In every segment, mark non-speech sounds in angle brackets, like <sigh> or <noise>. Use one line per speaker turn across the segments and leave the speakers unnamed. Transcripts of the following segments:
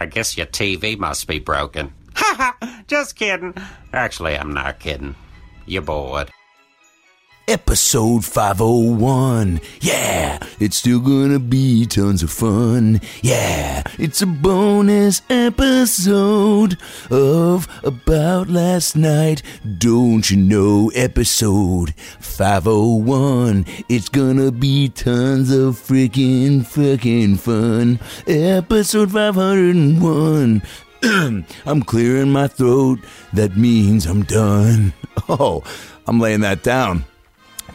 I guess your TV must be broken. <laughs> Ha ha! Just kidding. Actually, I'm not kidding. You're bored.
Episode 501. Yeah, it's still gonna be tons of fun. Yeah, it's a bonus episode of About Last Night. Don't you know? Episode 501. It's gonna be tons of freaking, freaking fun. Episode 501. <clears throat> I'm clearing my throat. That means I'm done. <laughs> Oh, I'm laying that down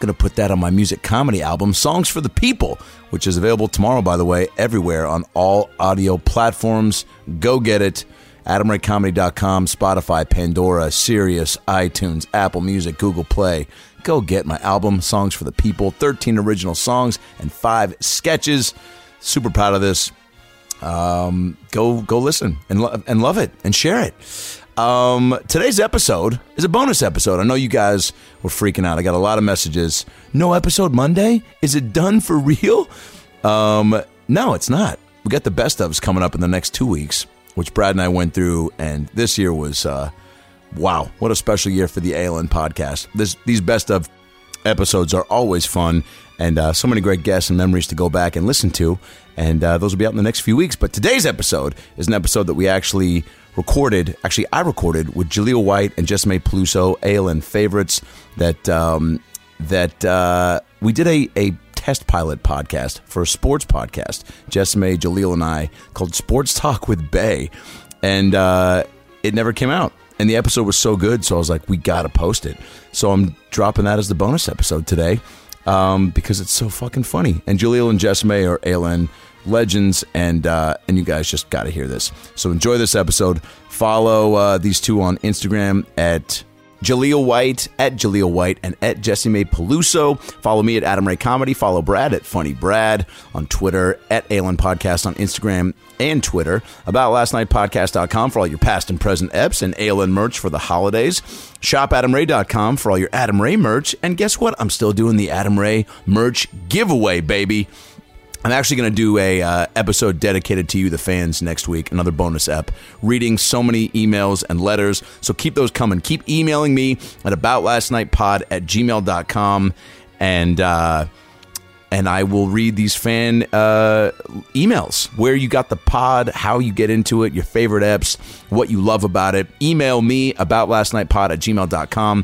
going to put that on my music comedy album, Songs for the People, which is available tomorrow, by the way, everywhere on all audio platforms. Go get it. AdamRayComedy.com, Spotify, Pandora, Sirius, iTunes, Apple Music, Google Play. Go get my album, Songs for the People, 13 original songs and five sketches. Super proud of this. Um, go go listen and, lo- and love it and share it. Um, today's episode is a bonus episode. I know you guys were freaking out. I got a lot of messages. No episode Monday? Is it done for real? Um, no, it's not. We got the best ofs coming up in the next two weeks, which Brad and I went through, and this year was uh, wow, what a special year for the ALN podcast. This, these best of episodes are always fun, and uh, so many great guests and memories to go back and listen to. And uh, those will be out in the next few weeks. But today's episode is an episode that we actually recorded. Actually, I recorded with Jaleel White and Jesme Peluso, ALN favorites. That um, that uh, we did a, a test pilot podcast for a sports podcast. Jesme, Jaleel, and I called Sports Talk with Bay, and uh, it never came out. And the episode was so good, so I was like, we gotta post it. So I'm dropping that as the bonus episode today um, because it's so fucking funny. And Jaleel and Jesme are ALN legends, and uh, and you guys just got to hear this. So enjoy this episode. Follow uh, these two on Instagram at Jaleel White at Jaleel White and at Jesse May Peluso. Follow me at Adam Ray Comedy. Follow Brad at Funny Brad on Twitter at Alan Podcast on Instagram and Twitter. About Last Night Podcast.com for all your past and present eps and Alan merch for the holidays. ShopAdamRay.com for all your Adam Ray merch. And guess what? I'm still doing the Adam Ray merch giveaway, baby. I'm actually going to do a uh, episode dedicated to you, the fans, next week. Another bonus app. Reading so many emails and letters, so keep those coming. Keep emailing me at aboutlastnightpod at gmail.com, and uh, and I will read these fan uh, emails where you got the pod, how you get into it, your favorite apps, what you love about it. Email me about lastnightpod at gmail.com.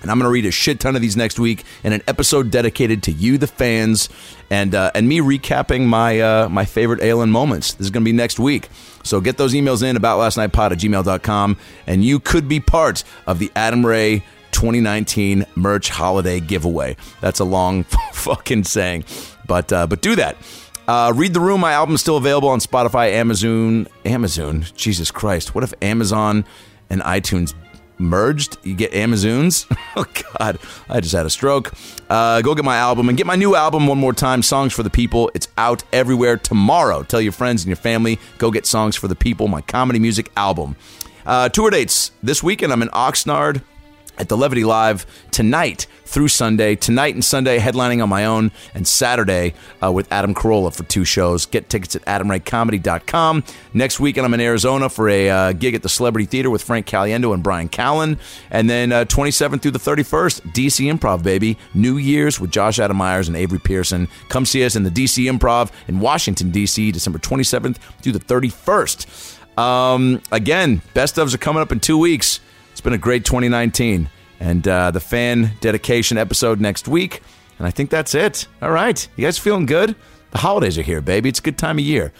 And I'm going to read a shit ton of these next week in an episode dedicated to you, the fans, and uh, and me recapping my uh, my favorite Alien moments. This is going to be next week. So get those emails in about last night pod at gmail.com, and you could be part of the Adam Ray 2019 merch holiday giveaway. That's a long <laughs> fucking saying, but uh, but do that. Uh, Read the Room, my album's still available on Spotify, Amazon, Amazon. Jesus Christ, what if Amazon and iTunes merged? You get Amazons. <laughs> oh God, I just had a stroke. Uh, go get my album and get my new album one more time. Songs for the People. It's out everywhere tomorrow. Tell your friends and your family. Go get Songs for the People, my comedy music album. Uh, tour dates this weekend. I'm in Oxnard at the Levity Live tonight through Sunday. Tonight and Sunday, headlining on my own, and Saturday uh, with Adam Carolla for two shows. Get tickets at adamwrightcomedy.com. Next weekend, I'm in Arizona for a uh, gig at the Celebrity Theater with Frank Caliendo and Brian Callen. And then uh, 27th through the 31st, DC Improv, baby. New Year's with Josh Adam Myers and Avery Pearson. Come see us in the DC Improv in Washington, D.C., December 27th through the 31st. Um, again, best ofs are coming up in two weeks. It's been a great 2019. And uh, the fan dedication episode next week. And I think that's it. All right. You guys feeling good? The holidays are here, baby. It's a good time of year.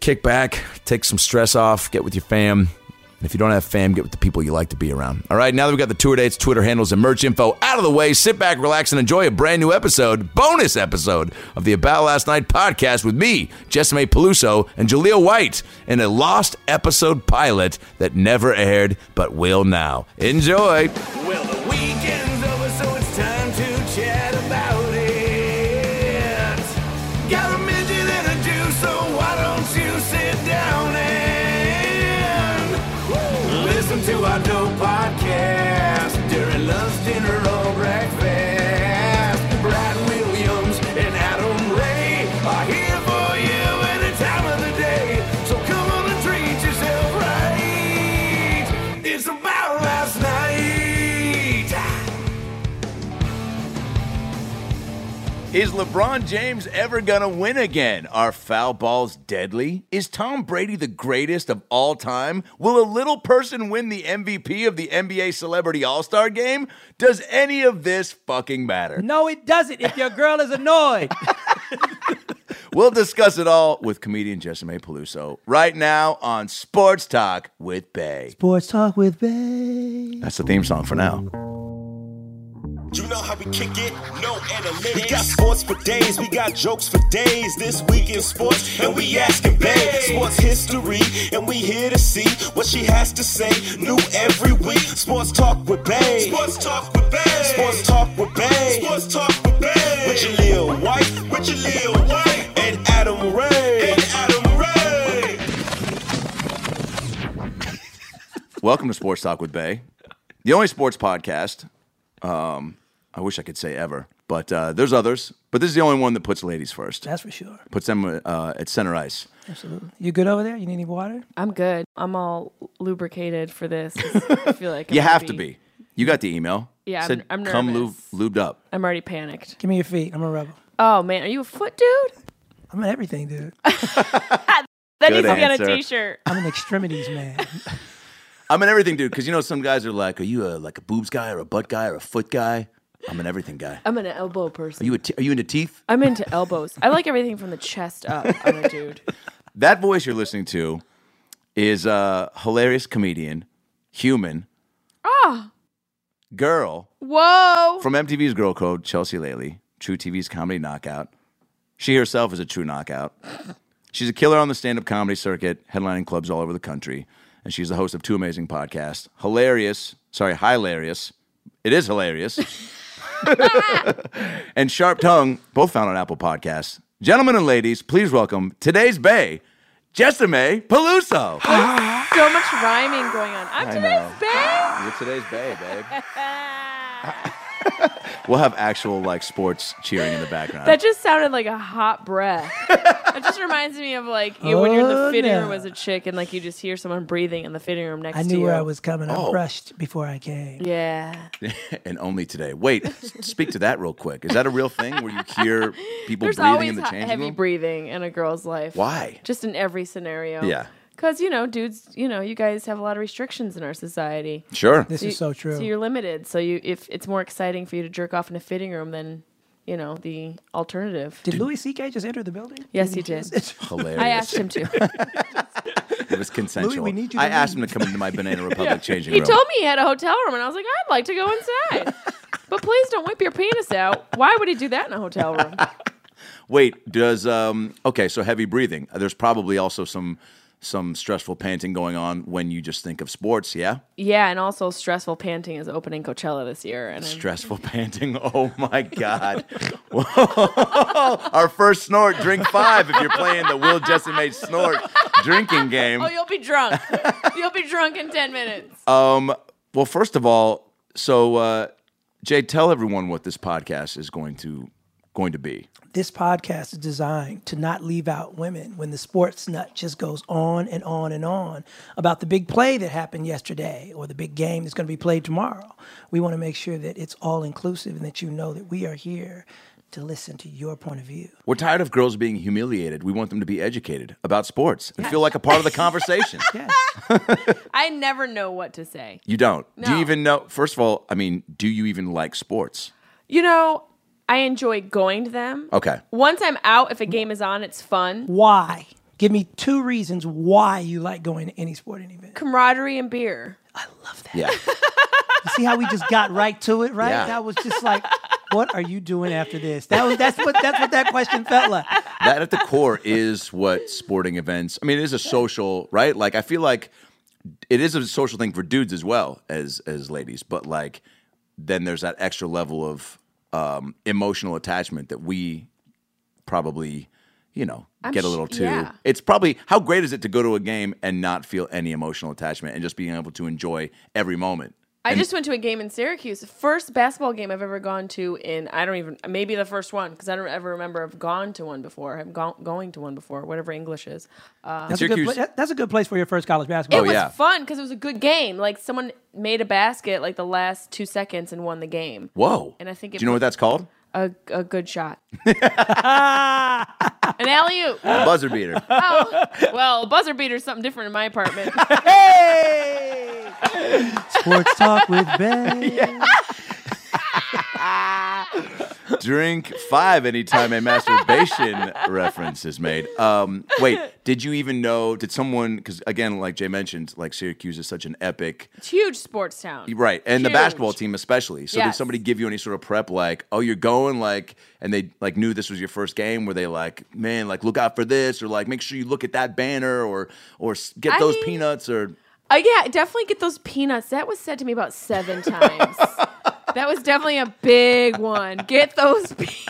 Kick back, take some stress off, get with your fam,
And if you don't have fam, get with the people you like to be around. All right, now that we've got the tour dates, Twitter handles, and merch info out of the way, sit back, relax, and enjoy a brand new episode, bonus episode of the About Last Night podcast with me, Jessime Peluso, and Jaleel White in a lost episode pilot that never aired but will now. Enjoy.
Well, the weekend's over, so it's time to chat about it. Got a midget and a Jew, so why don't you sit down and listen to our dope podcast during lunch, dinner, or breakfast. Brad Williams and Adam Ray are here for you any time of the day. So come on and treat yourself right. It's about last night.
Is LeBron James ever going to win again? Are foul balls deadly? Is Tom Brady the greatest of all time? Will a little person win the MVP of the NBA Celebrity All Star game? Does any of this fucking matter?
No, it doesn't. If your girl is annoyed,
We'll discuss it all with comedian Jessime Peluso right now on Sports Talk with Bay.
sports talk with Bay.
That's the theme song for now.
You know how we kick it, no analytics. We got sports for days, we got jokes for days. This week in sports, and we asking babe sports history, and we here to see what she has to say. New every week, sports talk with babe. Sports talk with babe. Sports talk with babe. Sports talk with babe. With Jaleel White, with Jaleel White, and Adam Ray, and Adam Ray.
Welcome to Sports Talk with Bay, the only sports podcast. Um, I wish I could say ever, but uh, there's others. But this is the only one that puts ladies first,
<laughs> That's for sure.
puts them uh, at center ice.
Absolutely. You good over there? You need any water?
I'm good. I'm all lubricated
<laughs>
for this. I feel like I'm
You have to
gonna
be. You got the email.
Yeah, I'm-
said
I'm
come lube,
nervous."
lubed up.
I'm already panicked.
Give me your feet. I'm a rebel.
Oh man, are you a foot dude?
I'm an everything dude.
That
Good
needs to be on a
answer.
t-shirt.
I'm an extremities man. <laughs>
I'm an everything dude because you know some guys are like, are you a like a boobs guy or a butt guy or a foot guy? I'm an everything guy.
I'm an elbow
Are
person.
you a t- are you into teeth?
I'm into elbows. I like everything from the chest up.
<laughs>
I'm a dude.
That voice you're listening to is a hilarious comedian, human,
Oh,
girl.
whoa.
From MTV's Girl Code, Chelsea Laley, True TV's Comedy Knockout. She herself is a true knockout. She's a killer on the stand up comedy circuit, headlining clubs all over the country. And she's the host of two amazing podcasts Hilarious, sorry, Hilarious. It is hilarious. and Sharp Tongue, both found on Apple Podcasts. Gentlemen and ladies, please welcome today's Bay, Jessime Peluso.
so much rhyming going on. I'm today's
know.
babe.
You're today's Bay, babe. <laughs> we'll have actual like sports cheering in the background.
That just sounded like a hot breath. that just reminds me of like you, when you're in
Oh,
the fitting
no.
room as a chick and like you just hear someone breathing in the fitting room next
I
to
knew
you.
where I was coming. I
Oh.
brushed before I came.
Yeah.
<laughs> and only today. Wait, s- speak to that real quick. Is that a real thing where you hear people
There's
breathing in
always
the
he-
changing
heavy
room?
breathing in a girl's life.
Why?
Just in every scenario.
Yeah.
Because, you know, dudes, you know, you guys have a lot of restrictions in our society.
Sure.
This
You-
is so true.
So you're limited. So you, if it's more exciting for you to jerk off in a fitting room than, you know, the alternative.
did Louis C.K. just enter the building?
yes, he did.
Hilarious.
I asked him to.
It was consensual.
Louis, we need you
I
to
asked him to come into my Banana Republic changing
he
room.
told me he had a hotel room, and I was like, I'd like to go inside. But please don't whip your penis out. Why would he do that in a hotel room?
Wait, does um okay, so heavy breathing. There's probably also some some stressful panting going on when you just think of sports, yeah?
Yeah, and also stressful panting is opening Coachella this year, and I'm-
Stressful <laughs> panting. Oh my god. Whoa. <laughs> Our first snort, drink five if you're playing the Will Jesse Made snort drinking game.
oh, you'll be drunk. you'll be drunk in ten minutes.
Well, first of all, so uh, Jay, tell everyone what this podcast is going to going to be.
this podcast is designed to not leave out women when the sports nut just goes on and on and on about the big play that happened yesterday or the big game that's going to be played tomorrow. We want to make sure that it's all inclusive and that you know that we are here to listen to your point of view.
We're tired of girls being humiliated. We want them to be educated about sports and feel like a part of the
<laughs>
conversation.
Yes.
I never know what to say.
You don't. Do you
No.
even know? First of all, I mean, do you even like sports?
You know, I enjoy going to them.
Okay.
Once I'm out, if a game is on, it's fun.
Why? Give me two reasons why you like going to any sporting event.
Camaraderie and beer.
I love that.
<laughs>
Yeah.
You see how we just got right to it, right?
Yeah.
That was just like, what are you doing after this? That was that's what that's what that question felt like.
that at the core is what sporting events. I mean, it is a social, right? Like I feel like it is a social thing for dudes as well as as ladies, but like then there's that extra level of um, emotional attachment that we probably, you know, get a
sh-
little too.
yeah.
It's probably how great is it to go to a game and not feel any emotional attachment and just being able to enjoy every moment.
I just went to a game in Syracuse, first basketball game I've ever gone to in I don't even maybe the first one because I don't ever remember I've gone to one before. I'm go- going to one before, whatever English is.
That's a, good
Syracuse-
pla- that- that's a good place for your first college
It
basketball.
Oh,
was
yeah.
fun because it was a good game. Like someone made a basket like the last two seconds and won the game.
Whoa!
And I think it
do you know what
was-
that's
<laughs>
called?
A, a
<laughs>
good shot. An alley oop.
Buzzer beater.
Oh, well, buzzer beater's something different in
<laughs>
my apartment.
Hey! Sports talk with
<laughs>
Ben.
drink five anytime a masturbation reference is made. Um, wait, did you even know? Did someone? Because again, like Jay mentioned, like Syracuse is such an epic,
It's huge sports town.
right? And the
Huge.
basketball team especially. So did
Yes.
somebody give you any sort of prep? Like, oh, you're going like, and they like knew this was your first game. Were they like, man, like look out for this, or like make sure you look at that banner, or or s- get
I
those
mean-
peanuts, or
Uh, yeah, definitely get those peanuts. That was said to me about seven times. that was definitely a big one. Get those peanuts.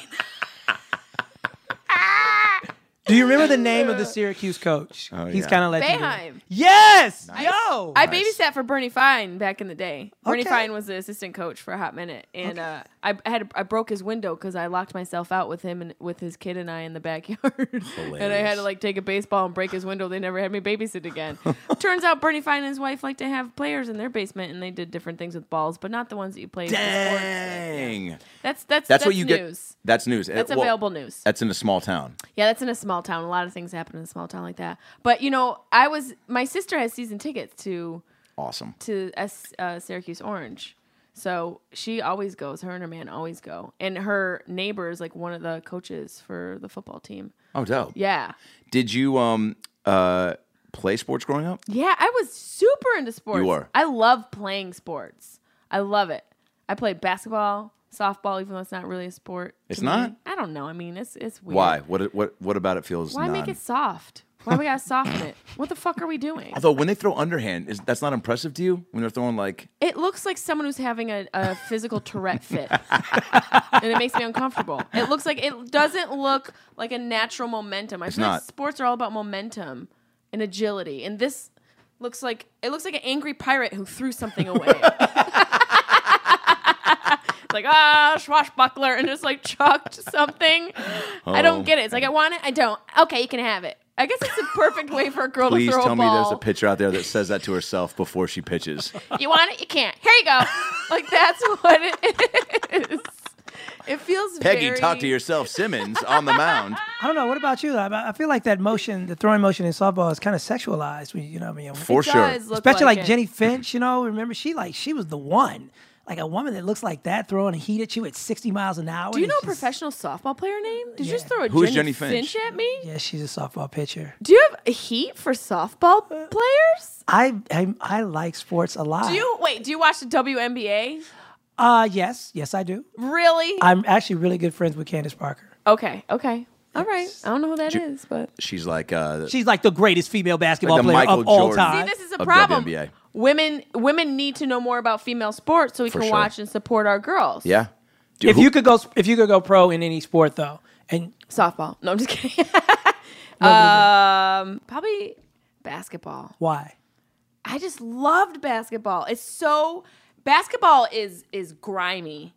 Do you remember the name of the Syracuse coach? He's
Oh, yeah.
kind of legendary.
Bayheim.
Yes. Yo.
I babysat for Bernie Fine back in the day. Bernie
Okay.
Fine was the assistant coach for a hot minute, and uh, I I had I broke his window because I locked myself out with him and with his kid and I in the backyard, <laughs> and I had to like take a baseball and break his window. They never had me babysit again. Turns out Bernie Fine and his wife like to have players in their basement, and they did different things with balls, but not the ones that you play. with the sports with.
dang, that's,
That's that's
what you
news.
get. That's news.
That's
Well,
available news.
That's in a small town.
Yeah, that's in a small town. A lot of things happen in a small town like that. But you know, I was my sister has season tickets to
Awesome.
to S, uh, Syracuse Orange. So she always goes. Her and her man always go. And her neighbor is like one of the coaches for the football team.
Oh, dope.
Yeah,
Did you um uh play sports growing up?
yeah. I was super into sports.
You were.
I love playing sports. I love it. I played basketball, softball, even though it's not really a sport. to
It's
me.
not?
I don't know. I mean, it's it's weird.
Why? What what what about it feels?
Why make
non-
it soft? Why we gotta soften it? What the fuck are we doing?
Although when they throw underhand, is that's not impressive to you? When they're throwing like
It looks like someone who's having a, a physical Tourette fit,
<laughs>
and it makes me uncomfortable. It looks like it doesn't look like a natural momentum. I feel like
not.
sports are all about momentum and agility, and this looks like it looks like an angry pirate who threw something
<laughs>
away. it's like ah, swashbuckler, and just like chucked something. I
Oh.
don't get it. It's like I want it, I don't. Okay, you can have it. I guess it's the perfect way for a girl
please
to throw
tell
a
me
ball
there's a picture out there that says that to herself before she
<laughs>
pitches.
you want it, you can't. Here <laughs> you go. Like that's what it is. It feels
Peggy,
very,
talk to yourself, Simmons on the
<laughs>
mound.
I don't know. What about you? I, I feel like that motion, the throwing motion in softball, is kind of sexualized. when You you know what I mean?
For
It
sure.
does look
Especially like,
it.
Jenny Finch. You know, remember she like she was the one. Like a woman that looks like that throwing heat at you at sixty miles an hour.
Do you
and
know a
she's-
professional softball player name? Did you just
Yeah.
throw a
Who is Jenny
Jenny,
Finch?
Finch? at me?
Yeah, she's a softball pitcher.
Do you have a heat for softball
Uh,
players?
I I, I like sports a lot.
Do you wait? Do you watch the WNBA?
Uh yes, yes I do.
Really?
I'm actually really good friends with Candace Parker.
okay. Okay. All right. I don't know who that is, but
She's like, uh,
She's like the greatest female basketball
Like the
player
Michael
of all
Jordan.
time.
See, this is a
of
problem.
WNBA.
Women women need to know more about female sports so we
For
can
sure.
watch and support our girls.
yeah. Dude,
if
who-
you could go, if you could go pro in any sport though, and
Softball. No, I'm just kidding. <laughs> um, probably basketball.
why?
I just loved basketball. It's so basketball is is grimy.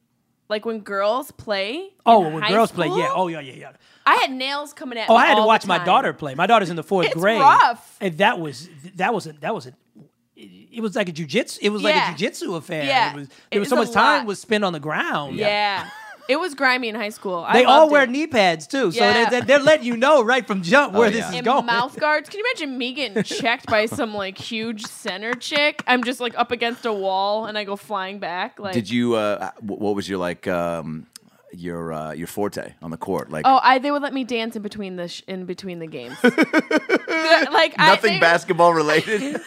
Like when girls play.
Oh,
in
when
high
girls play,
school,
yeah. Oh, yeah, yeah, yeah.
I had nails coming at.
Oh,
me
I had to
all
watch
the
my
time.
daughter play. My daughter's in the fourth
It's
grade.
rough.
And that was that was a, that was a, it was like a jujitsu. It was
Yeah.
like a jujitsu affair.
Yeah.
It was,
It
there was
is
so
a
much time
lot.
was spent on the ground.
Yeah,
<laughs>
it was grimy in high school. I
They all
loved
wear
it.
knee pads too, so
Yeah.
they, they're letting you know right from jump where
Oh, yeah.
this is
and
going. <laughs>
mouth guards. Can you imagine me getting checked by some like huge center chick? I'm just like up against a wall and I go flying back. Like
did you? Uh, wh- what was your like? Um, your uh, your forte on the court. Like
Oh, I they would let me dance in between the sh- in between the games. like I,
nothing
they-
basketball
<laughs>
related.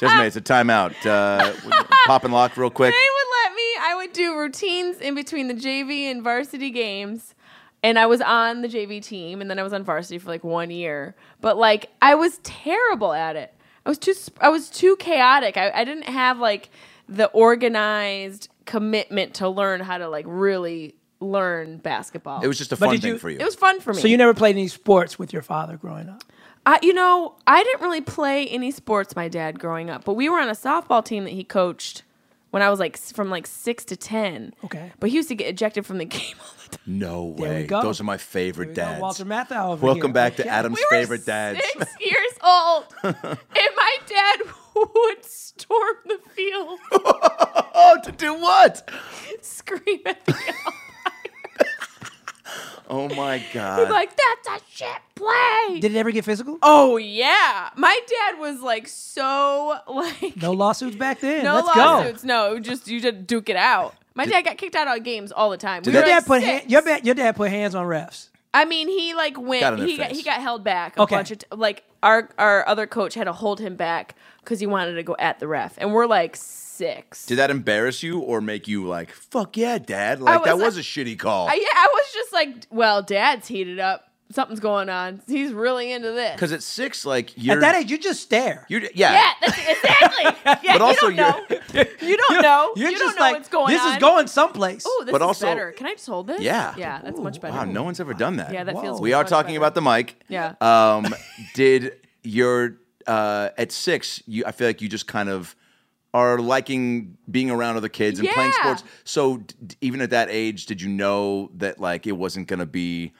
Desiree, it's a timeout. Uh, pop and lock real quick.
They would let me. I would do routines in between the JV and varsity games. And I was on the JV team, and then I was on varsity for like one year. But like, I was terrible at it. I was too. sp- I was too chaotic. I, I didn't have like the organized commitment to learn how to like really learn basketball.
It was just a
But
fun
did
thing
you-
for you.
It was fun for me.
So you never played any sports with your father growing up?
I, you know, I didn't really play any sports. My dad growing up, but we were on a softball team that he coached when I was like s- from like six to ten.
Okay.
but he used to get ejected from the game all the time.
no
There we
way.
go.
Those are my favorite
Here we go,
dads.
Walter Matthau. Over
Welcome
here.
back to
Okay.
Adam's
We were
favorite
<laughs>
dads.
six years old, and my dad <laughs> would storm the field,
oh, to do what?
scream at <laughs> the
Oh
<laughs>
my
umpire,
god.
like that's a shit play.
Did it ever get physical?
oh yeah, my dad was like so like
No lawsuits back then.
No
Let's
lawsuits.
go.
No, just you just duke it out. My dad got kicked out of games all the time. We
Your
were
dad
like
put
six.
hand, your, ba- your dad put hands on refs.
I mean, he like went.
Got in their
he got
face.
he got held back a
Okay.
bunch of t- like our our other coach had to hold him back because he wanted to go at the ref, and we're like six.
Did that embarrass you or make you like, fuck yeah, dad?
I
Like
was
that
like-
was a shitty call.
I, yeah, I was just like, well, dad's heated up. Something's going on. He's really into this.
Because at six, like you're
At that age, you just stare.
you yeah.
yeah, that's,
<laughs>
exactly. Yeah,
But also
you don't know. You don't know. Oh, You don't know what's going
this
on.
is going someplace.
Oh, this
But
is
also-
better. Can I just hold this?
Yeah.
Yeah, that's much better.
Wow, no one's ever done that.
Yeah, that feels.
we are
much
talking
better.
about the mic.
Yeah.
Um, did your uh, at six? You, I feel like you just kind of are liking being around other kids and playing
Yeah.
sports. So d- d- even at that age, did you know that like it wasn't going to be?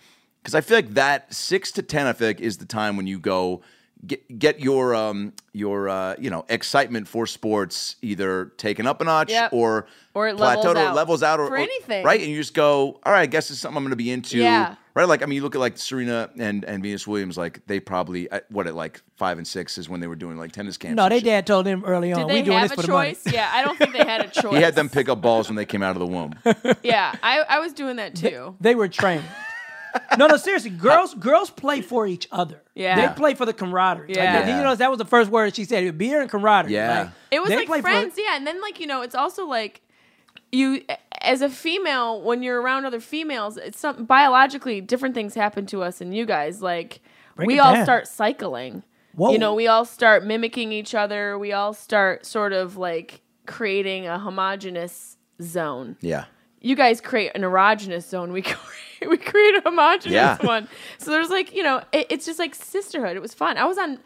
Because I feel like that six to ten, I feel like is the time when you go. Get, get your um your uh you know excitement for sports either taken up a notch
Yep.
or
Or it levels
plateaued or
out.
levels out or
For
or-
anything.
right and you just go all right I guess it's something I'm gonna be into
Yeah.
Right, like I mean, you look at like Serena and and Venus Williams, like they probably at, what at like five and six is when they were doing like tennis camps.
no,
and
they
shit.
dad told him early on.
Did
We
they
doing
have
this
a
for the money.
choice? Yeah, I don't think they had a
<laughs>
choice.
He had them pick up balls when they came out of the
<laughs>
womb.
Yeah, I, I was doing that too.
They were
<laughs>
trained. no, no, seriously, girls girls play for each other.
Yeah.
they play for the camaraderie.
Yeah.
Like, did you know that was the first word she said? Beer and camaraderie.
Yeah.
It was
they
like
play for-
friends, yeah. And then like you know, it's also like you as a female when you're around other females, it's something biologically different things happen to us and you guys like
Break
we
it
all
down.
start cycling.
Whoa.
You know, we all start mimicking each other. We all start sort of like creating a homogenous zone.
Yeah,
you guys create an erogenous zone. We <laughs> create, we create a homogenous
Yeah.
one. So there's like you know, it, it's just like sisterhood. It was fun. I was on.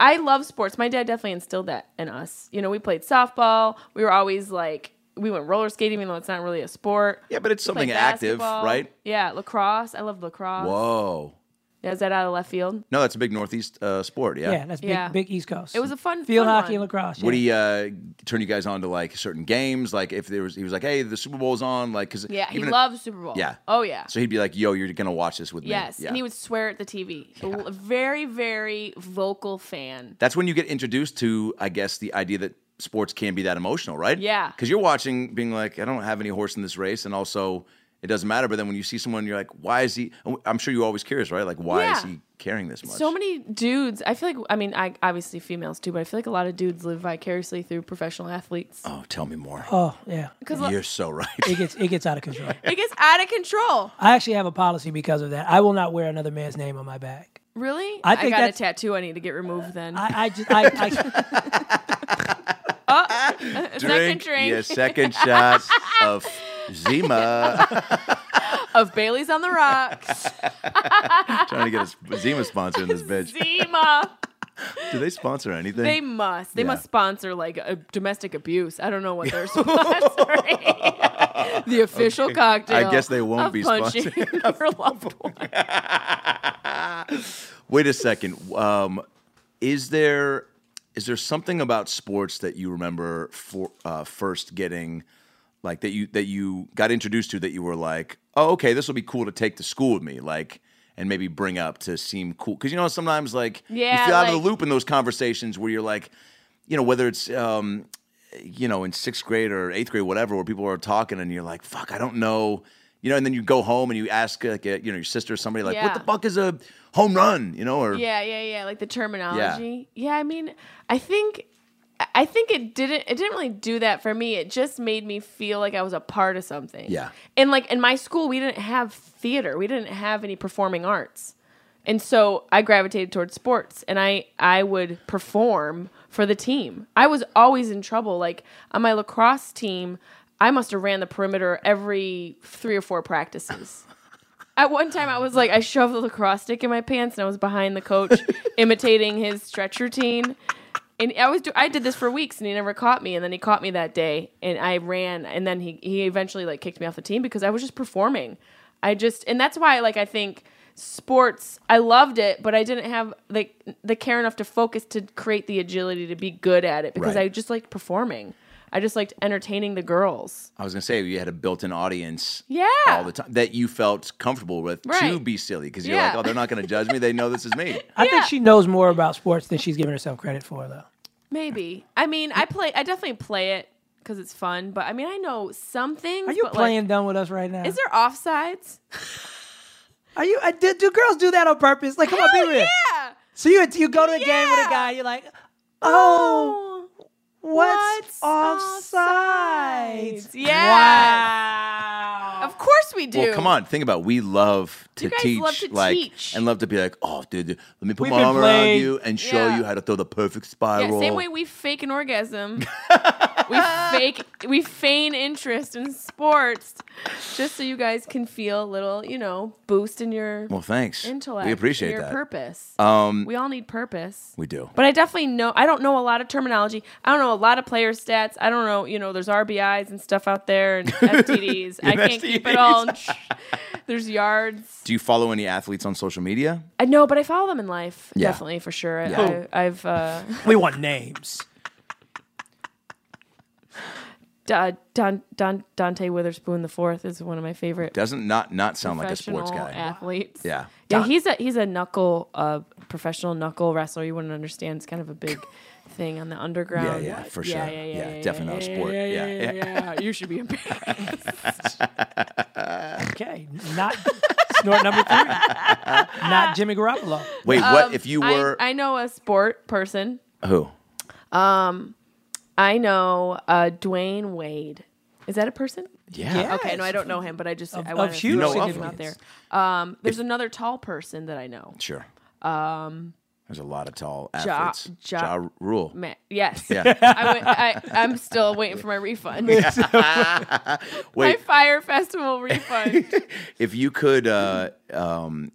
I love sports. My dad definitely instilled that in us. You know, we played softball. We were always like we went roller skating, even though it's not really a sport.
yeah, but it's
We played
something active,
basketball.
right?
Yeah, lacrosse. I love lacrosse.
Whoa,
Yeah, is that out of left field?
no, that's a big Northeast uh, sport. Yeah,
Yeah, that's big,
Yeah.
big East Coast.
It was a fun-
field
fun
hockey
one.
and lacrosse.
Would
yeah.
he uh, turn you guys on to like certain games? Like if there was, he was like, "Hey, the Super Bowl's on!" Like, cause
Yeah, he
even-
loves Super Bowl.
Yeah.
Oh yeah.
So he'd be like, "Yo, you're gonna watch this with me."
yes,
Yeah.
and he would swear at the TV. A Very, very vocal fan.
that's when you get introduced to, I guess, the idea that sports can be that emotional, right?
Yeah.
Because you're watching, being like, I don't have any horse in this race, and also it doesn't matter. But then when you see someone, you're like, why is he? I'm sure you're always curious, right? Like, why is
Yeah.
he carrying this much?
So many dudes. I feel like I mean, I obviously females too, but I feel like a lot of dudes live vicariously through professional athletes
Oh, tell me more.
Oh yeah,
because
<laughs> You're so right.
it gets it gets out of control.
it gets out of control.
I actually have a policy because of that. I will not wear another man's name on my back.
Really?
I think
got
that's-
a tattoo. I need to
Uh,
get removed then.
I, I just I, I
<laughs> Second drink
Yeah, second shot
<laughs>
of Zima. <laughs>
of Bailey's on the rocks.
Trying to get a sp- Zima sponsor in <laughs> this bitch.
<laughs> Zima.
Do they sponsor anything?
They must. They
Yeah.
must sponsor like a domestic abuse. I don't know what
<laughs>
they're sponsoring. the official cocktail.
I guess they won't
of
be
punching <laughs> your
<laughs>
loved one.
Wait a second. Um, is there is there something about sports that you remember for uh, first getting, like that you that you got introduced to that you were like, oh, okay, this will be cool to take to school with me, like, and maybe bring up to seem cool because you know sometimes like you
Yeah,
feel out of the
like-
loop in those conversations where you're like, you know, whether it's um, you know in sixth grade or eighth grade, whatever, where people are talking and you're like, fuck, I don't know. You know, and then you go home and you ask like uh, you know your sister or somebody like, "What the
Yeah.
fuck is a home run?" You know, or
Yeah, yeah, yeah. Like the terminology. Yeah. I mean, I think I think it didn't it didn't really do that for me. It just made me feel like I was a part of something.
Yeah.
And like in my school we didn't have theater. We didn't have any performing arts. And so I gravitated towards sports and I I would perform for the team. I was always in trouble like on my lacrosse team, I must have ran the perimeter every 3 or 4 practices. At one time, I was like, I shoved the lacrosse stick in my pants, and I was behind the
<laughs>
coach, imitating his stretch routine. And I was do- I did this for weeks, and he never caught me. And then he caught me that day, and I ran. And then he he eventually like kicked me off the team because I was just performing. I just and that's why like I think sports I loved it, but I didn't have like the care enough to focus to create the agility to be good at it because
Right.
I just liked performing. I just liked entertaining the girls.
I was gonna say you had a built-in audience.
Yeah.
All the time that you felt comfortable with to
Right.
be silly because you're like,
Yeah.
oh, they're not gonna judge me. They know this is
<laughs>
me.
I think
Yeah.
she knows more about sports than she's giving herself credit for, though.
Maybe. I mean, I play. I definitely play it because it's fun. But I mean, I know some things.
Are you
but, like,
playing dumb with us right now?
is there offsides?
Are you? I did, do girls do that on purpose? Like, come on, be
Hell
real.
yeah.
So you you go to a game with a
Yeah.
guy, you're like, oh,
Oh,
what's,
what's
offsides?
Yeah. Wow. Of course we do.
Well, come on, think about. it. We love to
You guys
teach,
love to
like,
teach.
and love to be like, oh, dude, dude, let me put
We've
my
been
arm around
playing-
you and show
Yeah.
you how to throw the perfect
Yeah,
spiral.
same way we fake
<laughs>
an orgasm. we fake, we feign interest in sports, just so you guys can feel a little, you know, boost in your
well, thanks.
intellect.
we appreciate
your
that.
purpose.
um,
we all need purpose.
we do.
But I definitely know I don't know a lot of terminology. I don't know a lot of player stats. I don't know, you know, there's RBIs and stuff out
<laughs>
there and STDs. I can't keep it all. there's yards.
Do you follow any athletes on social media?
I know, but I follow them in life.
Yeah.
Definitely for sure.
Yeah.
I, I've uh
We want names.
Da- uh, Don, Don, Dante Witherspoon the fourth is one of my favorite
Doesn't not not sound like a
professional
sports guy.
athletes.
Yeah.
Yeah, he's a he's a knuckle uh professional knuckle wrestler. You wouldn't understand. It's kind of a big thing on the
Yeah,
underground.
yeah, for sure.
Yeah, yeah, yeah. yeah, yeah,
definitely not a sport. Yeah, yeah,
yeah. You should be <laughs>
<laughs>
embarrassed.
Okay, not snort number three. not Jimmy Garoppolo.
Wait, what if you
Um, I-
were
I, know a sport person.
who?
I know uh, Dwayne Wade. Is that a person?
Yeah.
Okay, no, I don't know him, but I just I
of
want
huge You know
to
of
him out there.
significance.
Um, there's another tall person that I know.
Sure. Um, there's a lot of tall
Ja-
athletes.
Ja-
Rule.
Ma- yes.
Yeah.
<laughs> I went, I, I'm still waiting for my refund. my <laughs>
<laughs> Wait,
Fire Festival refund.
<laughs> if you could, uh, um,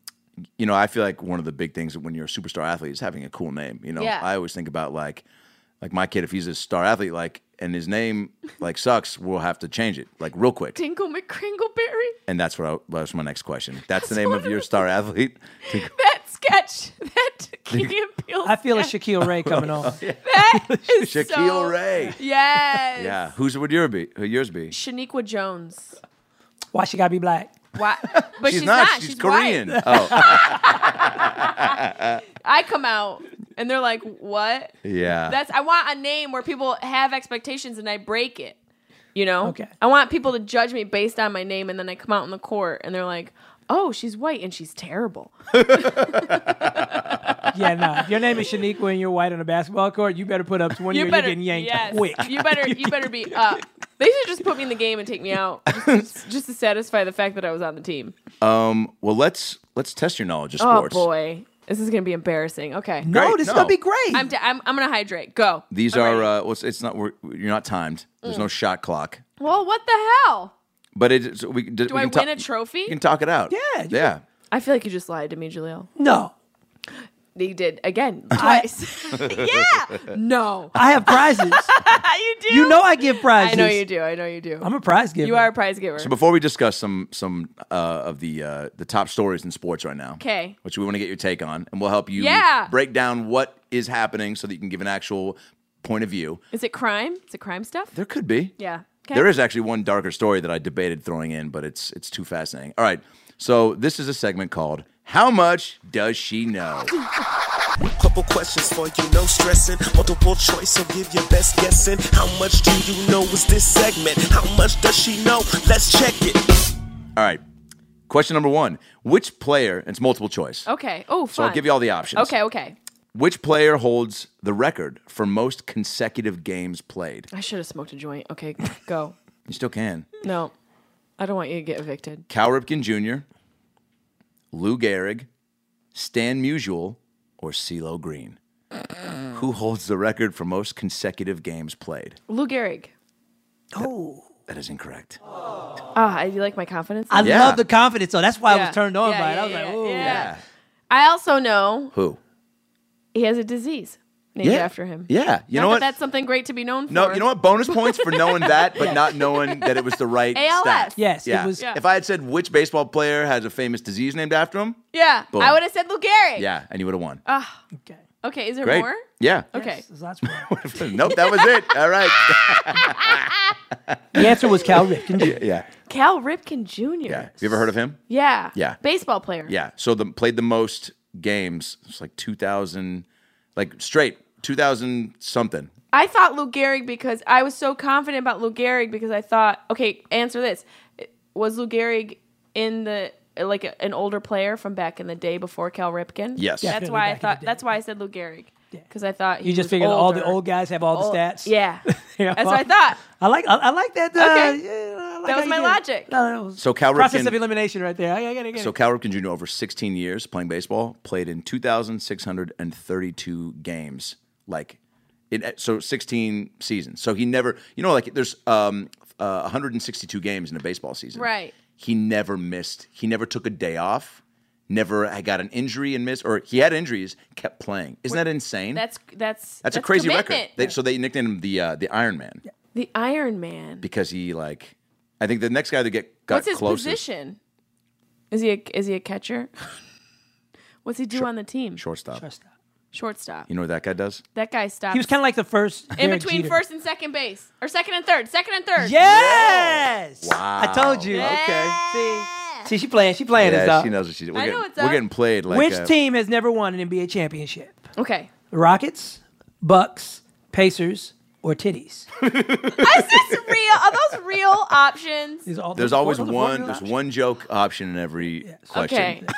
you know, I feel like one of the big things when you're a superstar athlete is having a cool name. You know,
Yeah.
I always think about like, like my kid, if he's a star athlete, like, and his name like sucks, we'll have to change it like real quick.
Tinkle McCringleberry.
And that's what I, that's my next question. That's the name of your star
<laughs>
athlete. <laughs>
That sketch. That Key and Peele
I feel a
sketch.
Shaquille Ray coming <laughs> on.
That is
Shaquille
so-
Ray.
Yes.
Yeah, who's would your be? Who yours be?
Shaniqua Jones.
Why she gotta be black?
Why?
<laughs>
But she's, not. She's,
Korean.
White. <laughs>
Oh,
I come out and they're like, "What?"
yeah.
That's I want a name where people have expectations and I break it. You know?
Okay.
I want people to judge me based on my name and then I come out in the court and they're like, "Oh, she's white and she's terrible."
Yeah, no. If your name is Shaniqua and you're white on a basketball court, you better put up 20
You
or you're
better
getting yanked
yes.
quick.
You better you better be up. They should just put me in the game and take me out
<laughs>
just, just to satisfy the fact that I was on the team.
Well, let's let's test your knowledge of
Oh
sports.
boy. This is going to be embarrassing. Okay.
No,
Great,
this
no.
is gonna be great.
I'm, d- I'm, I'm going to hydrate. Go.
These
I'm
are
ready.
uh, well, it's, it's not we're, you're not timed. There's
Mm.
no shot clock,
Well, what the hell?
but it's we. Do we
I
can ta-
win a trophy?
You can talk it out.
Yeah, you
yeah.
I feel like you just lied to me, Jaleel.
no.
You did again <laughs> twice. <laughs> yeah. No.
I have prizes.
you do.
you know I give prizes.
<laughs> I know you do. I know you do.
I'm a prize giver.
you are a prize giver.
So before we discuss some some uh, of the uh, the top stories in sports right now,
'Kay.
which we want to get your take on, and we'll help you
Yeah.
break down what is happening so that you can give an actual point of view.
Is it crime? Is it crime stuff?
There could be.
Yeah. 'Kay.
There is actually one darker story that I debated throwing in, but it's it's too fascinating. All right. So this is a segment called "How Much Does She Know."
Couple questions for you, no stressing. Multiple choice, so give your best guessing. How much do you know is this segment? How much does she know? Let's check it.
All right. Question number one Which player, and it's multiple choice.
Okay. Oh, fun.
So I'll give you all the options.
Okay. Okay.
Which player holds the record for most consecutive games played?
I should have smoked a joint. Okay. <laughs> Go.
You still can.
No, I don't want you to get evicted.
Cal Ripken Jr., Lou Gehrig, Stan Musial, or CeeLo Green? Who holds the record for most consecutive games played?
Lou Gehrig.
Oh.
That is incorrect.
Ah, I you like my confidence.
I
Yeah.
love the confidence, though. That's why I
Yeah.
was turned on
Yeah,
by it.
yeah,
I was
yeah,
like, ooh.
yeah. I also know
Who?
he has a disease named after him.
Yeah. You know
Not that
what?
That's something great to be known for.
no, you know what? Bonus points for knowing that,
<laughs>
but not knowing that it was the right
ALS.
stat.
Yes,
Yeah.
it was. <laughs>
Yeah.
If I had said which baseball player has a famous disease named after him,
Yeah,
Boom.
I would have said Lou Gehrig.
yeah, and you would have won.
Uh,
Okay.
Okay, is there
Great.
more?
Yeah.
Okay.
Yes, that's
<laughs>
right.
nope, that was it. All
<laughs>
right.
the answer was Cal Ripken. Jr.
yeah.
Cal Ripken Jr.
Yeah. Have you ever heard of him?
Yeah.
Yeah.
Baseball player.
Yeah. So the played the most games. It's like 2000, like straight 2000 something.
I thought Lou Gehrig because I was so confident about Lou Gehrig because I thought, okay, answer this: Was Lou Gehrig in the like a- an older player from back in the day before Cal Ripken?
Yes.
that's
Definitely
why
back
I
in
thought.
the day.
That's why I said Lou Gehrig because I thought he
You just
was
figured all the
older.
old guys have all
Old-
the stats. <laughs>
Yeah,
Yeah.
that's what I thought.
I like. I, I like that. Uh,
Okay.
yeah, I like
That
how
was
you
my
did it.
logic.
No, no, it was
So Cal
process
Ripken-
of elimination right there. I, I gotta get
So
it.
Cal Ripken Jr. over 16 years playing baseball played in 2,632 games. Like, it, so 16 seasons. So he never, you know, like there's um, uh, 162 games in a baseball season.
Right.
He never missed. He never took a day off. Never I got an injury and missed, or he had injuries, kept playing. Isn't that insane?
That's that's
That's, a crazy record.
commitment.
They, so they nicknamed him the uh, the Iron Man
the Iron Man.
because he like I think the next guy to get got
What's his
closest-
position? Is he a, is he
<laughs>
a catcher? What's he do on the team?
shortstop.
Shortstop.
You know what that guy does?
That guy stops.
He was kind of like the first
in
Derek
between
Jeter.
first and second base, or second and third, second and third.
Yes.
Wow.
I told you.
Okay.
See, see, she playing. She playing us
Yeah,
out.
she knows what she's doing.
I
We're,
know
getting,
what's
we're
up.
getting played like
Which
uh,
team has never won an NBA championship?
Okay.
Rockets, Bucks, Pacers, or Titties?
Is this real? <laughs> Are those real options?
These are all-
There's
those are
always
four- those are four
one
real
there's
options.
one joke option in every question.
Okay. <laughs>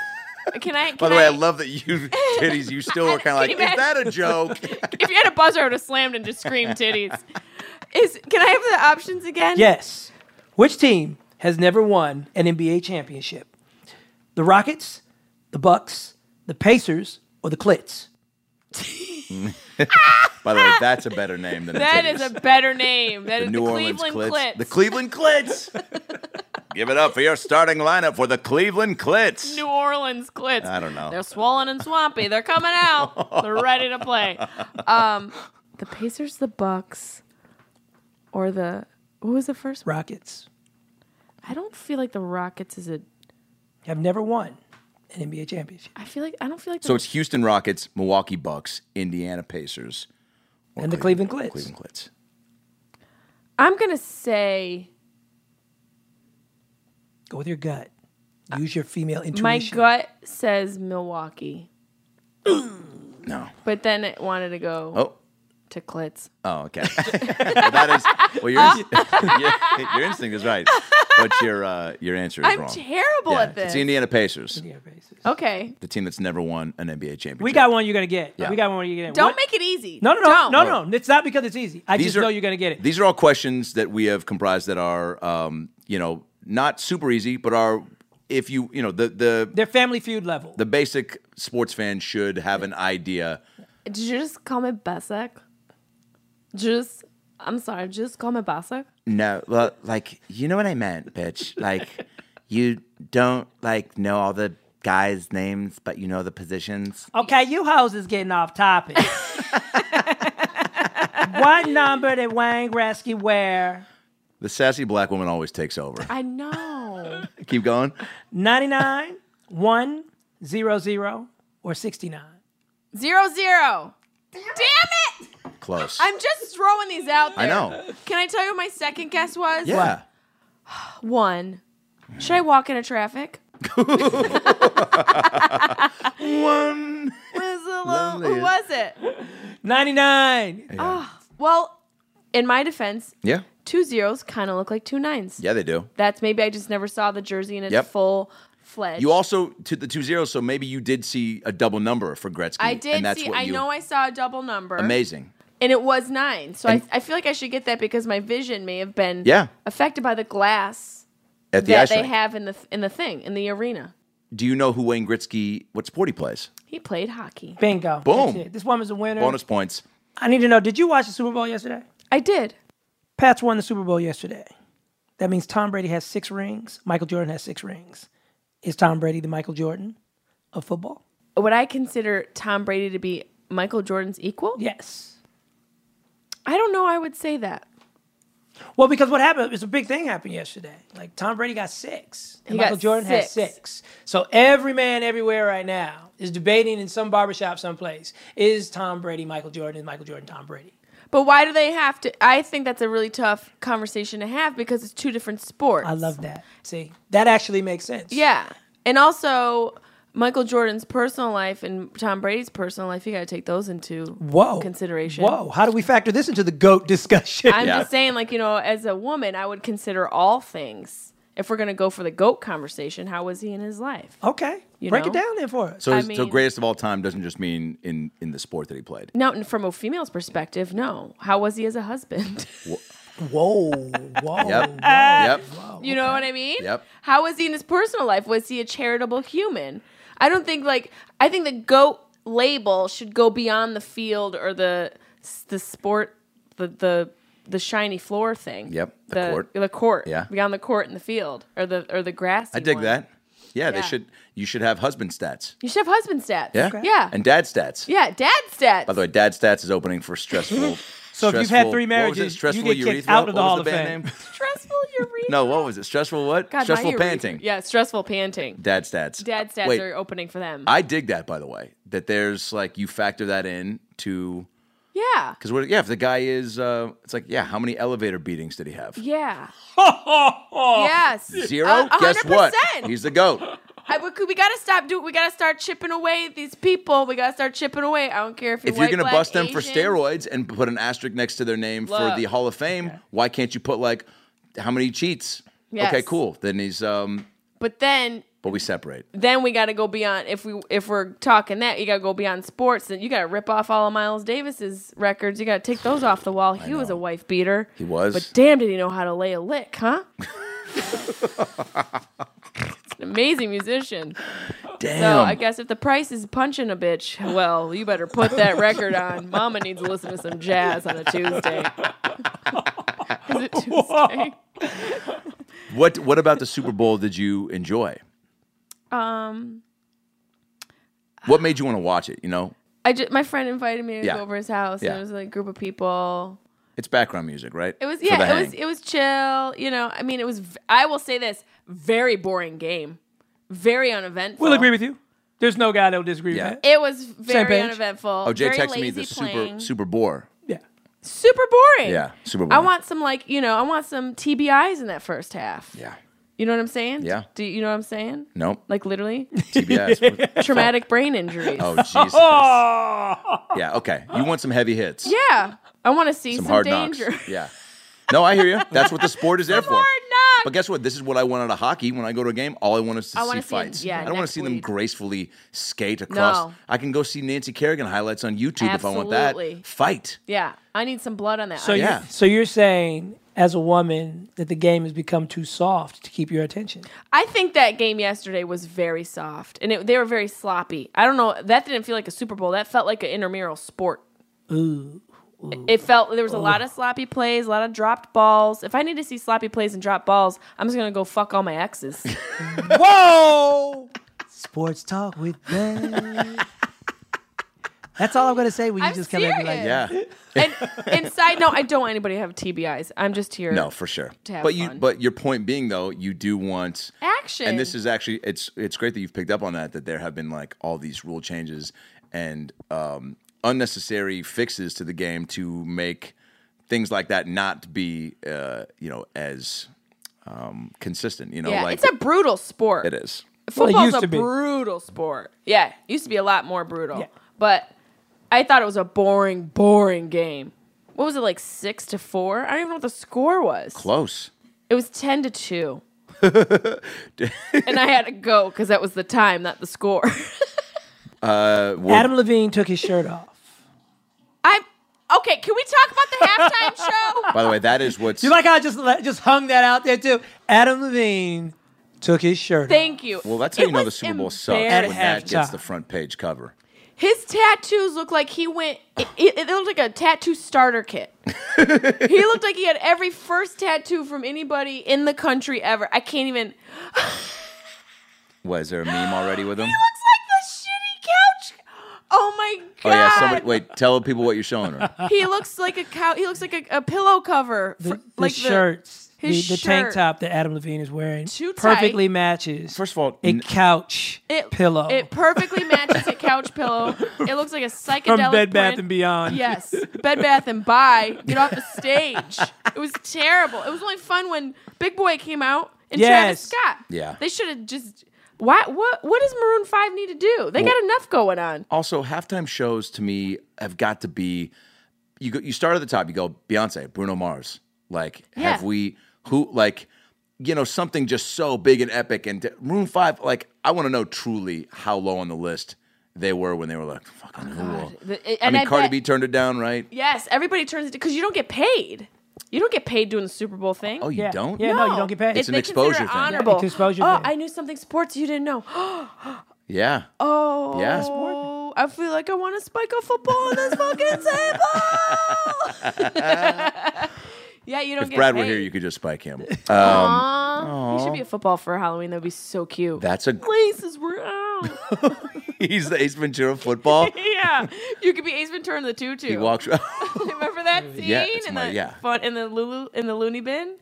Can I? Can
By the way, I love that you
<laughs>
titties, you still are kind of like, is
Can you
that a joke?
<laughs> If you had a buzzer, I would have slammed and just screamed titties. <laughs> Is can I have the options again?
Yes. Which team has never won an NBA championship? The Rockets, the Bucks, the Pacers, or the Clits?
By the way, that's a better name than
That
a titties.
is a better name. That is
the
the
New Orleans
Cleveland
Clits.
Clits.
The Cleveland Clits.
<laughs>
Give it up for your starting lineup for the Cleveland Clits.
New Orleans Clits.
I don't know.
They're swollen and swampy. They're coming out. They're ready to play.
<laughs>
Um, the Pacers, the Bucks, or the what was the first one?
Rockets
I don't feel like the Rockets is a.
have never won an NBA championship.
I feel like I don't feel like.
So
the,
it's Houston Rockets, Milwaukee Bucks, Indiana Pacers, or
And the Cleveland Clits.
Cleveland Clits.
I'm gonna say
Go with your gut. Use your female intuition.
my gut says Milwaukee,
No.
but then it wanted to go
Oh.
to Clits.
Oh, okay. <laughs> well, that is well. Your, ins- <laughs> your, your instinct is right, but your uh, your answer is
I'm
wrong.
terrible
Yeah,
at this.
It's the Indiana Pacers,
Yeah, Pacers.
okay,
the team that's never won an NBA championship.
We got one you're going to get.
Yeah.
We got one you're going to get. What-
don't make it easy.
No, no, no.
Don't.
No, no. It's not because it's easy. I
These
just
are-
know you're going to get it.
These are all questions that we have comprised that are, um, you know, not super easy, but are if you, you know, the the
They're family feud level.
the basic sports fan should have an idea.
Did you just call me Basak? Just, I'm sorry, just call me Basak?
No, well, like you know what I meant, bitch. Like you don't like know all the guys' names, but you know the positions.
Okay, you hoes is getting off
<laughs>
topic. what number did Wayne Gretzky wear?
The sassy black woman always takes over. <laughs>
I know.
Keep
<laughs>
going.
99, 1, 00, or 69?
zero, zero. Damn it!
Close.
I'm just throwing these out there.
I know.
Can I tell you what my second guess was?
Yeah.
One. Should I walk into traffic? <laughs>
One.
Was it lo-
Lovely.
Who was it?
99.
Well, in my defense,
Yeah.
two zeros kind of look like two nines.
Yeah, they do.
That's maybe I just never saw the jersey in its
Yep.
full fledged.
You also to the two zeros, so maybe you did see a double number for Gretzky.
I
and
did
that's
see.
what
I
you-
know I saw a double number.
Amazing.
And it was nine. So
And-
I, I feel like I should get that because my vision may have been
Yeah.
affected by the glass
At the
that
ice
they
rink.
have in the in the thing in the arena.
Do you know who Wayne Gretzky? What sport he plays?
He played hockey.
Bingo.
Boom.
That's it. This woman's a winner.
Bonus points.
I need to know. Did you watch the Super Bowl yesterday?
I did.
Pats won the Super Bowl yesterday. That means Tom Brady has six rings. Michael Jordan has six rings. Is Tom Brady the Michael Jordan of football?
Would I consider Tom Brady to be Michael Jordan's equal?
Yes.
I don't know. I would say that.
Well, because what happened is a big thing happened yesterday. Like Tom Brady got six, and
He got
Michael Jordan has
six.
six. So every man everywhere right now is debating in some barbershop someplace: is Tom Brady Michael Jordan? Is Michael Jordan Tom Brady?
But why do they have to? I think that's a really tough conversation to have because it's two different sports.
I love that. See, that actually makes sense.
Yeah, and also Michael Jordan's personal life and Tom Brady's personal life. You got to take those into
Whoa.
consideration.
Whoa. How do we factor this into the goat discussion?
I'm
Yeah.
just saying, like you know, as a woman, I would consider all things. If we're gonna go for the goat conversation, how was he in his life?
<laughs> okay.
You
Break it
know?
down then for us.
So,
I
so
mean-
greatest of all time doesn't just mean in in the sport that he played.
No, and from a female's perspective, no. How was he as a husband? <laughs>
Whoa. Whoa.
Yep. yep.
You know what I mean?
Yep.
How was he in his personal life? Was he a charitable human? I don't think like I think the goat label should go beyond the field or the the sport the the the shiny floor thing.
Yep, the court.
The court.
Yeah.
Beyond the court and the field or the or the grass.
I dig that. Yeah, they
Yeah.
should. You should have husband stats.
You should have husband stats.
Yeah.
Yeah.
And dad stats.
yeah. Dad stats.
By the way, dad stats is opening for stressful.
<laughs> So if you've had
stressful- what was
three
it?
marriages, you
stressful
get kicked
urethra?
out of the
What was
Hall of
band
Fame.
name?
stressful
<laughs>
urethra.
No, what was it? Stressful what?
God, my
stressful
urethra-
panting.
Yeah, stressful panting.
Dad stats.
Dad stats
Wait,
are opening for them.
I dig that by the way. That there's like you factor that in to
yeah.
because what? Yeah, if the guy is, uh, it's like yeah, how many elevator beatings did he have?
Yeah. yes.
Zero.
A- a
Guess
hundred
what?
percent.
He's the goat.
<laughs> I, we, could- we gotta stop doing. We gotta start chipping away at these people. We gotta start chipping away. I don't care if you're
if you're
white,
gonna
black,
bust them for
Asian.
steroids and put an asterisk next to their name
Look.
for the Hall of Fame, why can't you put like how many cheats? Okay,
Yes.
cool. Then he's um,
But then,
but we separate.
then we gotta go beyond. If we if we're talking that, you gotta go beyond sports. Then you gotta rip off all of Miles Davis's records. You gotta take those off the wall. He was a wife beater. He
was.
But damn, did he know how to lay a lick,
<laughs>
huh? An Amazing musician.
Damn.
So I guess if the price is punching a bitch, well, you better put that record on. Mama needs to listen to some jazz on a Tuesday. is it Tuesday?
what what about the Super Bowl did you enjoy?
Um,
What made you want to watch it? You know,
I just my friend invited me to
Yeah.
go over his house,
Yeah.
and it was like a group of people.
it's background music, right?
It was
For the
yeah, it was e-,
hang.
it was chill. You know, I mean, it was. v- I will say this: very boring game, very uneventful.
We'll agree with you. There's no guy that'll disagree
Yeah.
with that.
It was very
page.
uneventful.
Oh, Jay
very
texted me
lazy
the super
playing.
super bore.
Yeah.
super boring.
Yeah, super
I
boring.
want some like you know I want some TBIs in that first half.
Yeah.
You know what I'm saying?
Yeah.
Do you know what I'm saying?
Nope.
<laughs>
<laughs>
Like literally
TBS.
traumatic brain injuries.
oh Jesus.
Oh.
yeah. Okay. You want some heavy hits?
Yeah. I want to see some,
Some hard
danger. <laughs>
knocks. Yeah. No, I hear you. That's what the sport is there for.
Hard
But
knocks.
guess what? This is what I want out of hockey. When I go to a game, all I want is to
I
see
wanna see 'em,
fights.
yeah,
I don't want to
next
see them
week.
gracefully skate across.
No.
I can go see Nancy Kerrigan highlights on YouTube if I want
Absolutely.
that. Fight.
<laughs> Yeah. I need some blood on that.
So,
I-
Yeah.
You're, so you're saying, as a woman, that the game has become too soft to keep your attention.
I think that game yesterday was very soft and it, they were very sloppy. I don't know. That didn't feel like a Super Bowl. That felt like an intramural sport. Ooh. It felt there was a lot of sloppy plays, a lot of dropped balls. If I need to see sloppy plays and dropped balls, I'm just gonna go fuck all
<laughs>
my exes.
Whoa! Sports talk with Ben. That's all I'm gonna say. When you
I'm
just come in and be like,
serious.
Yeah.
and, and side note, I don't want anybody to have TBIs. I'm just here.
No, for sure.
To have
but you,
fun.
but your point being though, you do want
action.
And this is actually it's it's great that you've picked up on that that there have been like all these rule changes and um, unnecessary fixes to the game to make things like that not be uh, you know as um, consistent. You know,
yeah,
like
it's a brutal sport.
it is.
Football's
Well, it used
a
to be.
brutal sport. Yeah, it used to be a lot more brutal.
Yeah.
But I thought it was a boring, boring game. what was it like six to four? I don't even know what the score was.
Close.
It was ten
<laughs>
to two. and I had to go because that was the time, not the score. <laughs>
Uh, we're-
Adam Levine took his shirt off.
I okay. Can we talk about the
<laughs>
halftime show?
by the way, that is what's
You like how I just let- just hung that out there too? Adam Levine took his shirt. off.
Thank you.
well. That's how you
It
know the
was
Super Bowl sucks when
embarrassing.
that gets
halftime.
the front page cover.
His tattoos look like he went. It, it, it looked like a tattoo starter kit.
<laughs>
he looked like he had every first tattoo from anybody in the country ever. I can't even. He
Was there a meme already
<gasps>
with
Oh
him?
looks like the shitty couch. Oh my
Oh
god!
yeah, somebody wait, tell people what you're showing her.
He looks like a cow. He looks like a, a pillow cover.
The,
for-
the
like the-
shirts, the,
his
the tank
shirt.
top that Adam Levine is wearing,
Too tight.
perfectly matches.
First of all,
a
n-
couch
it,
pillow
It perfectly matches a couch pillow. It looks like a psychedelic
<laughs> from Bed Bath
print.
and Beyond.
Yes, Bed Bath and Buy. Get off the stage. It was terrible. It was only fun when Big Boy came out and Travis
Yes.
Scott.
Yeah.
they should have just. Why, what what does Maroon Five need to do? They got enough going on.
also halftime shows to me have got to be you go, you start at the top, you go Beyonce, Bruno Mars. Like have
Yeah.
we who like you know something just so big and epic and d- Maroon 5 like I want to know truly how low on the list they were when they were like fucking who will-
The-
I
Oh and
mean
I
Cardi
bet-
B turned it down, right?
Yes, everybody turns it because you don't get paid. You don't get paid doing the Super Bowl thing.
Oh, you
Yeah.
don't?
Yeah, no, you don't get paid.
It-
It's an
they consider
exposure
it
thing.
Honorable.
It's an exposure
oh,
thing.
I knew something sports you
<gasps>
didn't know. <gasps>
Yeah.
oh,
Yeah.
I feel like I want to spike a football on
<laughs>
this fucking table. <laughs> yeah, you don't
if
get
Brad
paid.
were here, you could just spike him. Uh,
Aw, He should be a football for Halloween. That'd be so cute.
That's a
laces were out.
<laughs>
<laughs>
he's the Ace Ventura football.
yeah, you could be Ace Ventura in the tutu.
He walks.
<laughs> Remember that scene?
Yeah, it's
in
my-
the
yeah.
Fun in the Lulu in the loony bin.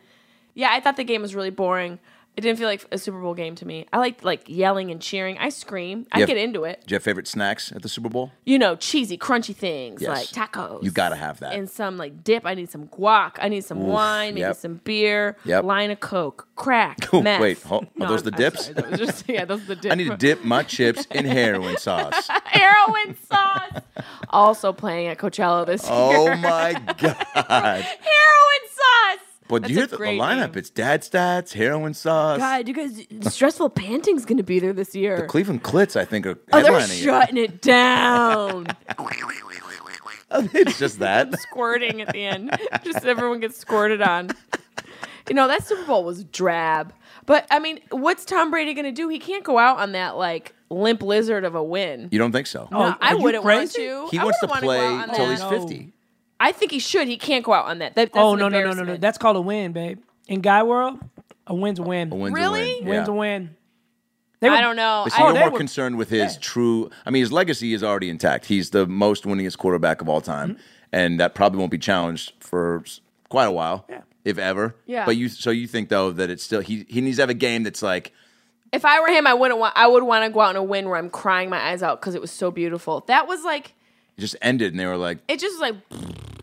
Yeah, I thought the game was really boring. It didn't feel like a Super Bowl game to me. I liked like yelling and cheering. I scream. I
Yeah.
get into it.
Do you have favorite snacks at the Super Bowl?
You know, cheesy, crunchy things
Yes.
like tacos.
You gotta have that.
And some like dip. I need some guac. I need some wine. Maybe
yep.
some beer.
Yep.
Line of coke.
<laughs>
Crack.
Oh,
meth.
wait, hold- are those the
I'm
dips?
sorry, that was just-
<laughs>
yeah, those are the dips.
I need to dip my chips in heroin sauce.
<laughs> Heroin sauce. also playing at Coachella this year. <laughs>
Oh my god!
Heroin sauce.
But
That's
you hear
a
the, the
great
lineup?
name.
It's Dad Stats, heroin sauce.
God, you guys, the stressful panting's gonna be there this year.
Cleveland Clits, I think, are
oh, they're
headlining. it.
shutting it down.
<laughs> it's just that.
<laughs> Squirting at the end, <laughs> just everyone gets squirted on. You know that Super Bowl was drab, but I mean, what's Tom Brady gonna do? He can't go out on that like limp lizard of a win.
You don't think so?
No,
are
I
you
wouldn't want
crazy?
to.
he
I
wants to
wouldn't wanna go
play
out on
till
that.
he's fifty.
I think he should. He can't go out on that. that that's
Oh
an
no no no no no!
embarrassment.
That's called a win, babe. In guy world, a win's a win.
A win's
Really?
A win.
Win's
yeah.
a win. They
I
were-
don't know.
But
I
see, you're
don't-
more
were-
concerned with his true. I mean, his legacy is already intact. He's the most winningest quarterback of all time,
Mm-hmm.
and that probably won't be challenged for s- quite a while, if ever.
Yeah.
But you, so you think though that it's still he he needs to have a game that's like
if I were him, I wouldn't want. I would want to go out on a win where I'm crying my eyes out because it was so beautiful. That was like
just ended, and they were like,
it just was like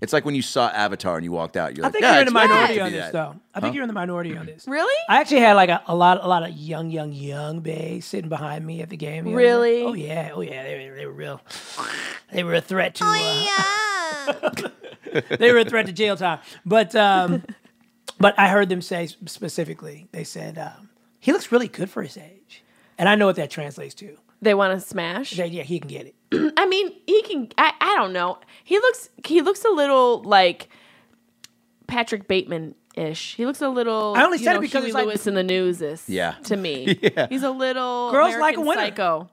it's like when you saw Avatar and you walked out. You're
I
like,
think
yeah,
you're in the
it's meant to
minority
be
on this,
that."
though. I think you're in the minority on this.
really.
I actually had like a, a lot, a lot of young, young, young babes sitting behind me at the game. the other night.
Really?
Oh yeah, oh yeah. They were, they were real. They were a threat to. Uh, <laughs> they were a threat to jail time. But um, but I heard them say specifically. They said um, he looks really good for his age, and I know what that translates to.
They want to smash.
That, yeah, he can get it.
I mean, he can. I, I don't know. He looks. He looks a little like Patrick Bateman ish. He looks a little.
I only
you
said it
know,
because
Huey
it's like-
Lewis in the news is.
Yeah.
<laughs>
To me, he's a little
Girls like a
American
winner.
Psycho.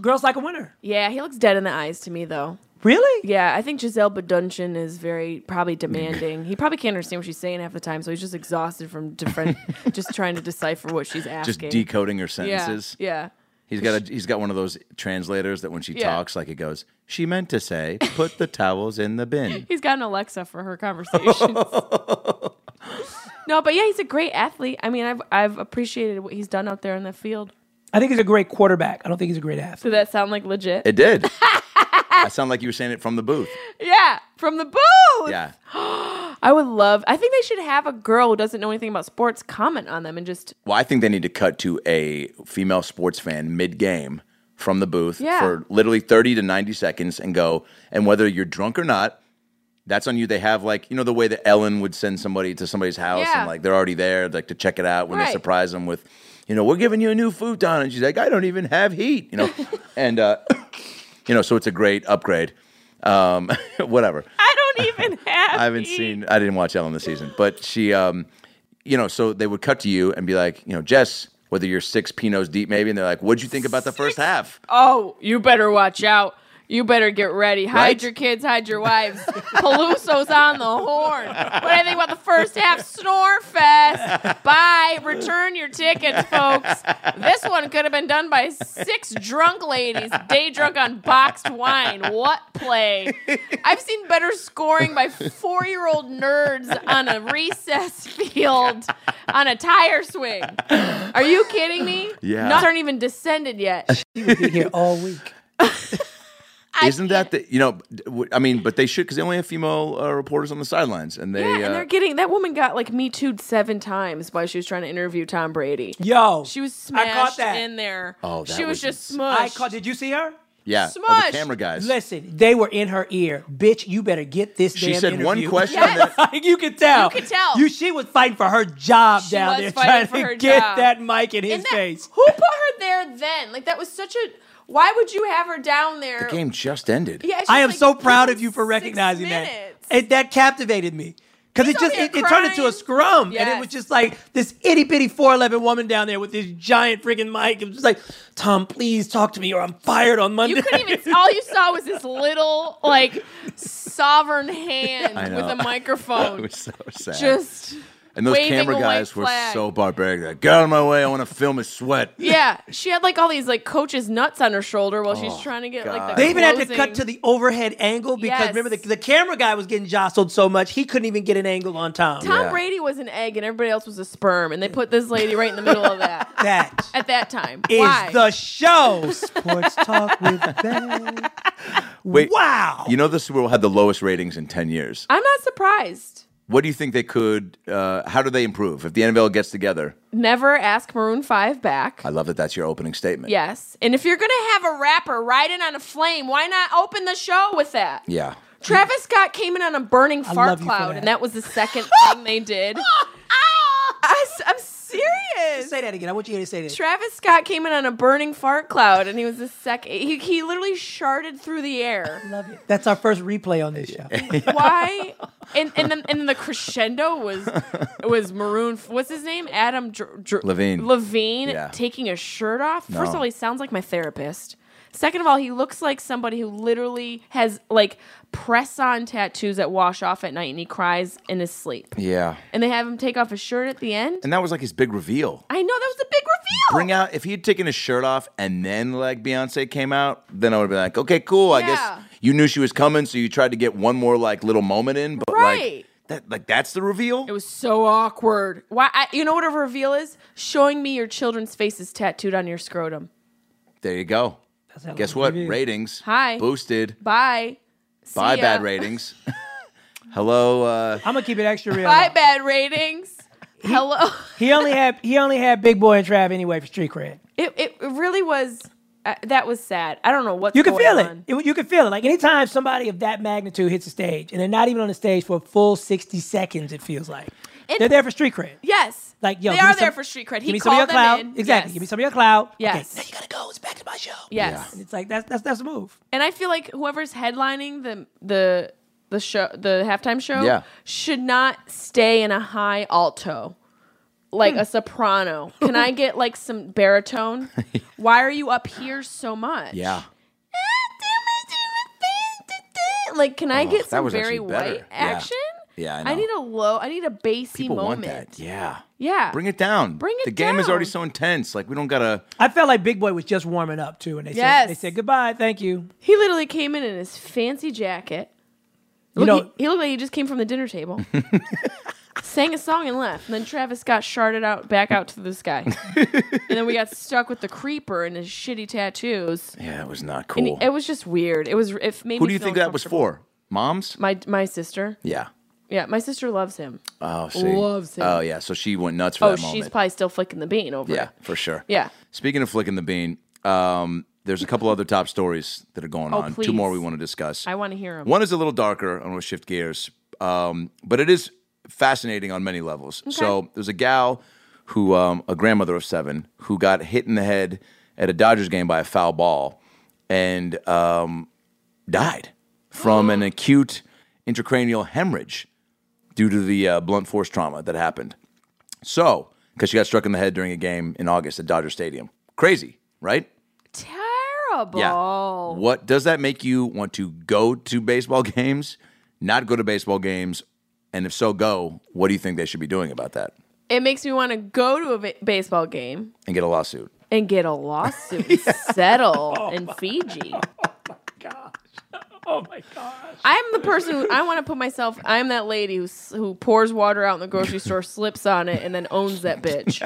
Girls like a winner.
Yeah, he looks dead in the eyes to me though.
Really?
Yeah, I think Giselle Bundchen is very probably demanding. he probably can't understand what she's saying half the time, so he's just exhausted from
<laughs>
different, just trying to decipher what she's
Just
asking.
decoding her
yeah,
sentences.
yeah.
He's got a, he's got one of those translators that when she
Yeah.
talks, like it goes, she meant to
<laughs>
say, put the towels in the bin.
He's got an Alexa for
<laughs>
her conversations. no, but yeah, he's a great athlete. I mean, I've I've appreciated what he's done out there in the field.
I think he's a great quarterback. I don't think he's a great athlete.
Did that sound like legit?
It
<laughs>
did. I sound like you were saying it from the booth.
yeah, from the booth.
Yeah.
I would love. I think they should have a girl who doesn't know anything about sports comment on them and just
Well, I think they need to cut to a female sports fan mid game from the booth
Yeah.
for literally 30 to 90 seconds and go, and whether you're drunk or not, That's on you. They have like you know the way that Ellen would send somebody to somebody's house
Yeah.
and like they're already there, like to check it out when they
Right.
surprise them with, you know, we're giving you a new futon, and she's like, I don't even have heat,
<laughs>
you know, and uh, <coughs> you know, so it's a great upgrade. Um, <laughs> whatever.
I
<laughs>
don't even have.
I haven't
heat.
seen. I didn't watch Ellen this season, but she, um, you know, so they would cut to you and be like, you know, Jess, whether you're six pinos deep, maybe, and they're like, what'd you think about the first half?
Oh, you better watch out. You better get ready. Hide
Right?
your kids, hide your wives. Peluso's on the horn. What do you think about the first half? Snore fest. Bye. Return your tickets, folks. This one could have been done by six drunk ladies, day drunk on boxed wine. What play? I've seen better scoring by four year old nerds on a recess field on a tire swing. Are you kidding me?
Yeah.
Nuts aren't even descended yet.
Be here all week.
Isn't that the you know? d- w- I mean, but they should because they only have female uh, reporters on the sidelines, and they.
Yeah, and
uh,
they're getting that woman got like me too'd seven times while she was trying to interview Tom Brady.
Yo,
She was
I
smashed
caught that.
in there.
Oh, that
she
was
was, just smushed.
I caught. Did you see her?
yeah, all
Smush.
the camera guys.
Listen, they were in her ear. Bitch, you better get this.
she
damn
said one
interview.
question.
Yes.
That,
Like, <laughs> you could tell.
You could tell.
You, she was fighting for her job
She
down
was
there, trying
fighting for
to
her
get
job.
that mic in his
And that-
face.
Who put her there then? Like that was such a. Why would you have her down there?
the game just ended.
Yeah, she's
I am
like,
so proud
"This
of you
was
for
six
recognizing that.
minutes."
It, that captivated me. Because
He's
it just
over
it,
here
it turned into a
crying.
scrum, and it
Yes.
was just like this itty bitty four eleven woman down there with this giant freaking mic. It was just like, Tom, please talk to me, or I'm fired on Monday.
You
<laughs>
couldn't even. All you saw was this little like sovereign hand with
know. <laughs> <laughs>
a
It
microphone.
was so sad.
just
and those
waving
camera
a white
guys were
flag.
so barbaric. They're Like, get out of my way! I want to film his
<laughs>
sweat.
yeah, she had like all these like coaches nuts on her shoulder while she's trying to get like
Oh, God.
the
They even had to
closing-
cut to the overhead angle because
Yes.
remember the, the camera guy was getting jostled so much he couldn't even get an angle on Tom.
Tom
Yeah.
Brady was an egg and everybody else was a sperm, and they put this lady right in the middle of that <laughs>
That
at that time.
<laughs> is
Why?
the show. Sports talk with <laughs> Ben.
Wait,
Wow.
You know the Super Bowl had the lowest ratings in ten years.
I'm not surprised.
What do you think they could? Uh, how do they improve if the NFL gets together?
Never ask Maroon Five back.
I love that. That's your opening statement.
Yes, and if you're gonna have a rapper riding on a flame, why not open the show with that?
Yeah.
Travis Scott came in on a burning
love
fart
you for
cloud,
that.
and that was
<laughs>
the second thing they did. I, am serious.
say that again. I want you to say that.
Travis Scott came in on a burning fart cloud, and he was the second. He, he literally sharded through the air.
Love it. That's our first replay on this show.
<laughs>
Why? And and then and the crescendo was was maroon. What's his name? Adam Dr- Dr-
Levine.
Levine
Yeah.
taking his shirt off. First of
No.
all, he sounds like my therapist. Second of all, he looks like somebody who literally has like press on tattoos that wash off at night, and he cries in his sleep.
Yeah.
And they have him take off his shirt at the end.
And that was like his big reveal.
I know that was a big reveal.
Bring out if he had taken his shirt off and then like Beyonce came out, then I would have been like, okay, cool. I
Yeah.
guess you knew she was coming, so you tried to get one more like little moment in, but
Right.
like that, like that's the reveal.
It was so awkward. Why? I, you know what a reveal is? Showing me your children's faces tattooed on your scrotum.
there you go.
that
Guess
little
what?
preview.
Ratings.
Hi.
Boosted.
Bye. See
Bye,
ya.
bad
<laughs>
ratings. <laughs> Hello. Uh,
I'm gonna keep it extra real.
Bye, bad ratings. Hello.
<laughs>
<laughs>
He only had he only had Big Boy and Trav anyway for street cred.
It, it really was. Uh, that was sad. I don't know what's
You can
going
feel it.
on.
It- You can feel it. Like anytime somebody of that magnitude hits the stage, and they're not even on the stage for a full 60 seconds, it feels like
It-
they're there for street cred.
Yes.
Like yo,
they
give me
are
some-
there for street cred. He
give me some of your
called them
clout.
in.
Exactly.
Yes.
Give me some of your clout. Okay,
Yes.
now you gotta go. It's back to my show.
Yes.
It's like that's that's that's a move.
And I feel like whoever's headlining the the the show the halftime show
Yeah.
should not stay in a high alto. Like
Hmm.
a soprano. Can I get like some
<laughs>
baritone? Why are you up here so much?
yeah.
Like, can I
Oh,
get
that
some
was
very
actually better.
white
Yeah.
action?
Yeah, I know.
need a low. I need a bassy
People want
moment.
that. Yeah.
Yeah.
Bring it down.
Bring it
The game is
down.
already so intense. Like we don't gotta.
I felt like Big Boy was just warming up too, and they
Yes.
said they said goodbye, thank you.
He literally came in in his fancy jacket.
You
Look,
know,
he, he looked like he just came from the
<laughs>
dinner table. Sang a song and left. And then Travis Scott sharded out back out to the sky. and then we got stuck with the creeper and his shitty tattoos.
Yeah, it was not
And
cool.
it was just weird. It was it made
Who
me
do you
feel
think that was
uncomfortable.
for? Moms?
My my sister.
Yeah.
Yeah, my sister loves him.
Oh, see.
Loves it.
Oh, yeah. So she went nuts for
Oh,
that
she's
moment.
probably still flicking the bean over.
yeah,
it.
for sure.
Yeah.
Speaking of flicking the bean, um, There's a couple other top stories that are going
Oh,
on. Two more we
please.
want to discuss.
I want to hear them.
One is a little darker. I'm going to shift gears, um, but it is fascinating on many levels. So there's a gal who, um, a grandmother of seven, who got hit in the head at a Dodgers game by a foul ball and um, died from an acute intracranial hemorrhage due to the uh, blunt force trauma that happened. So, because she got struck in the head during a game in August at Dodger Stadium. Crazy, right?
Terrible.
Yeah. What does that make you want to go to baseball <laughs> games, not go to baseball games? And if so, go, what do you think they should be doing about that?
It makes me want to go to a ba- baseball game
And get a lawsuit.
and get a lawsuit
<laughs>
and settle in Fiji.
Oh my gosh.
I'm the person who I want to put myself. I'm that lady who s- who pours water out in the grocery store, slips on it, and then owns that bitch.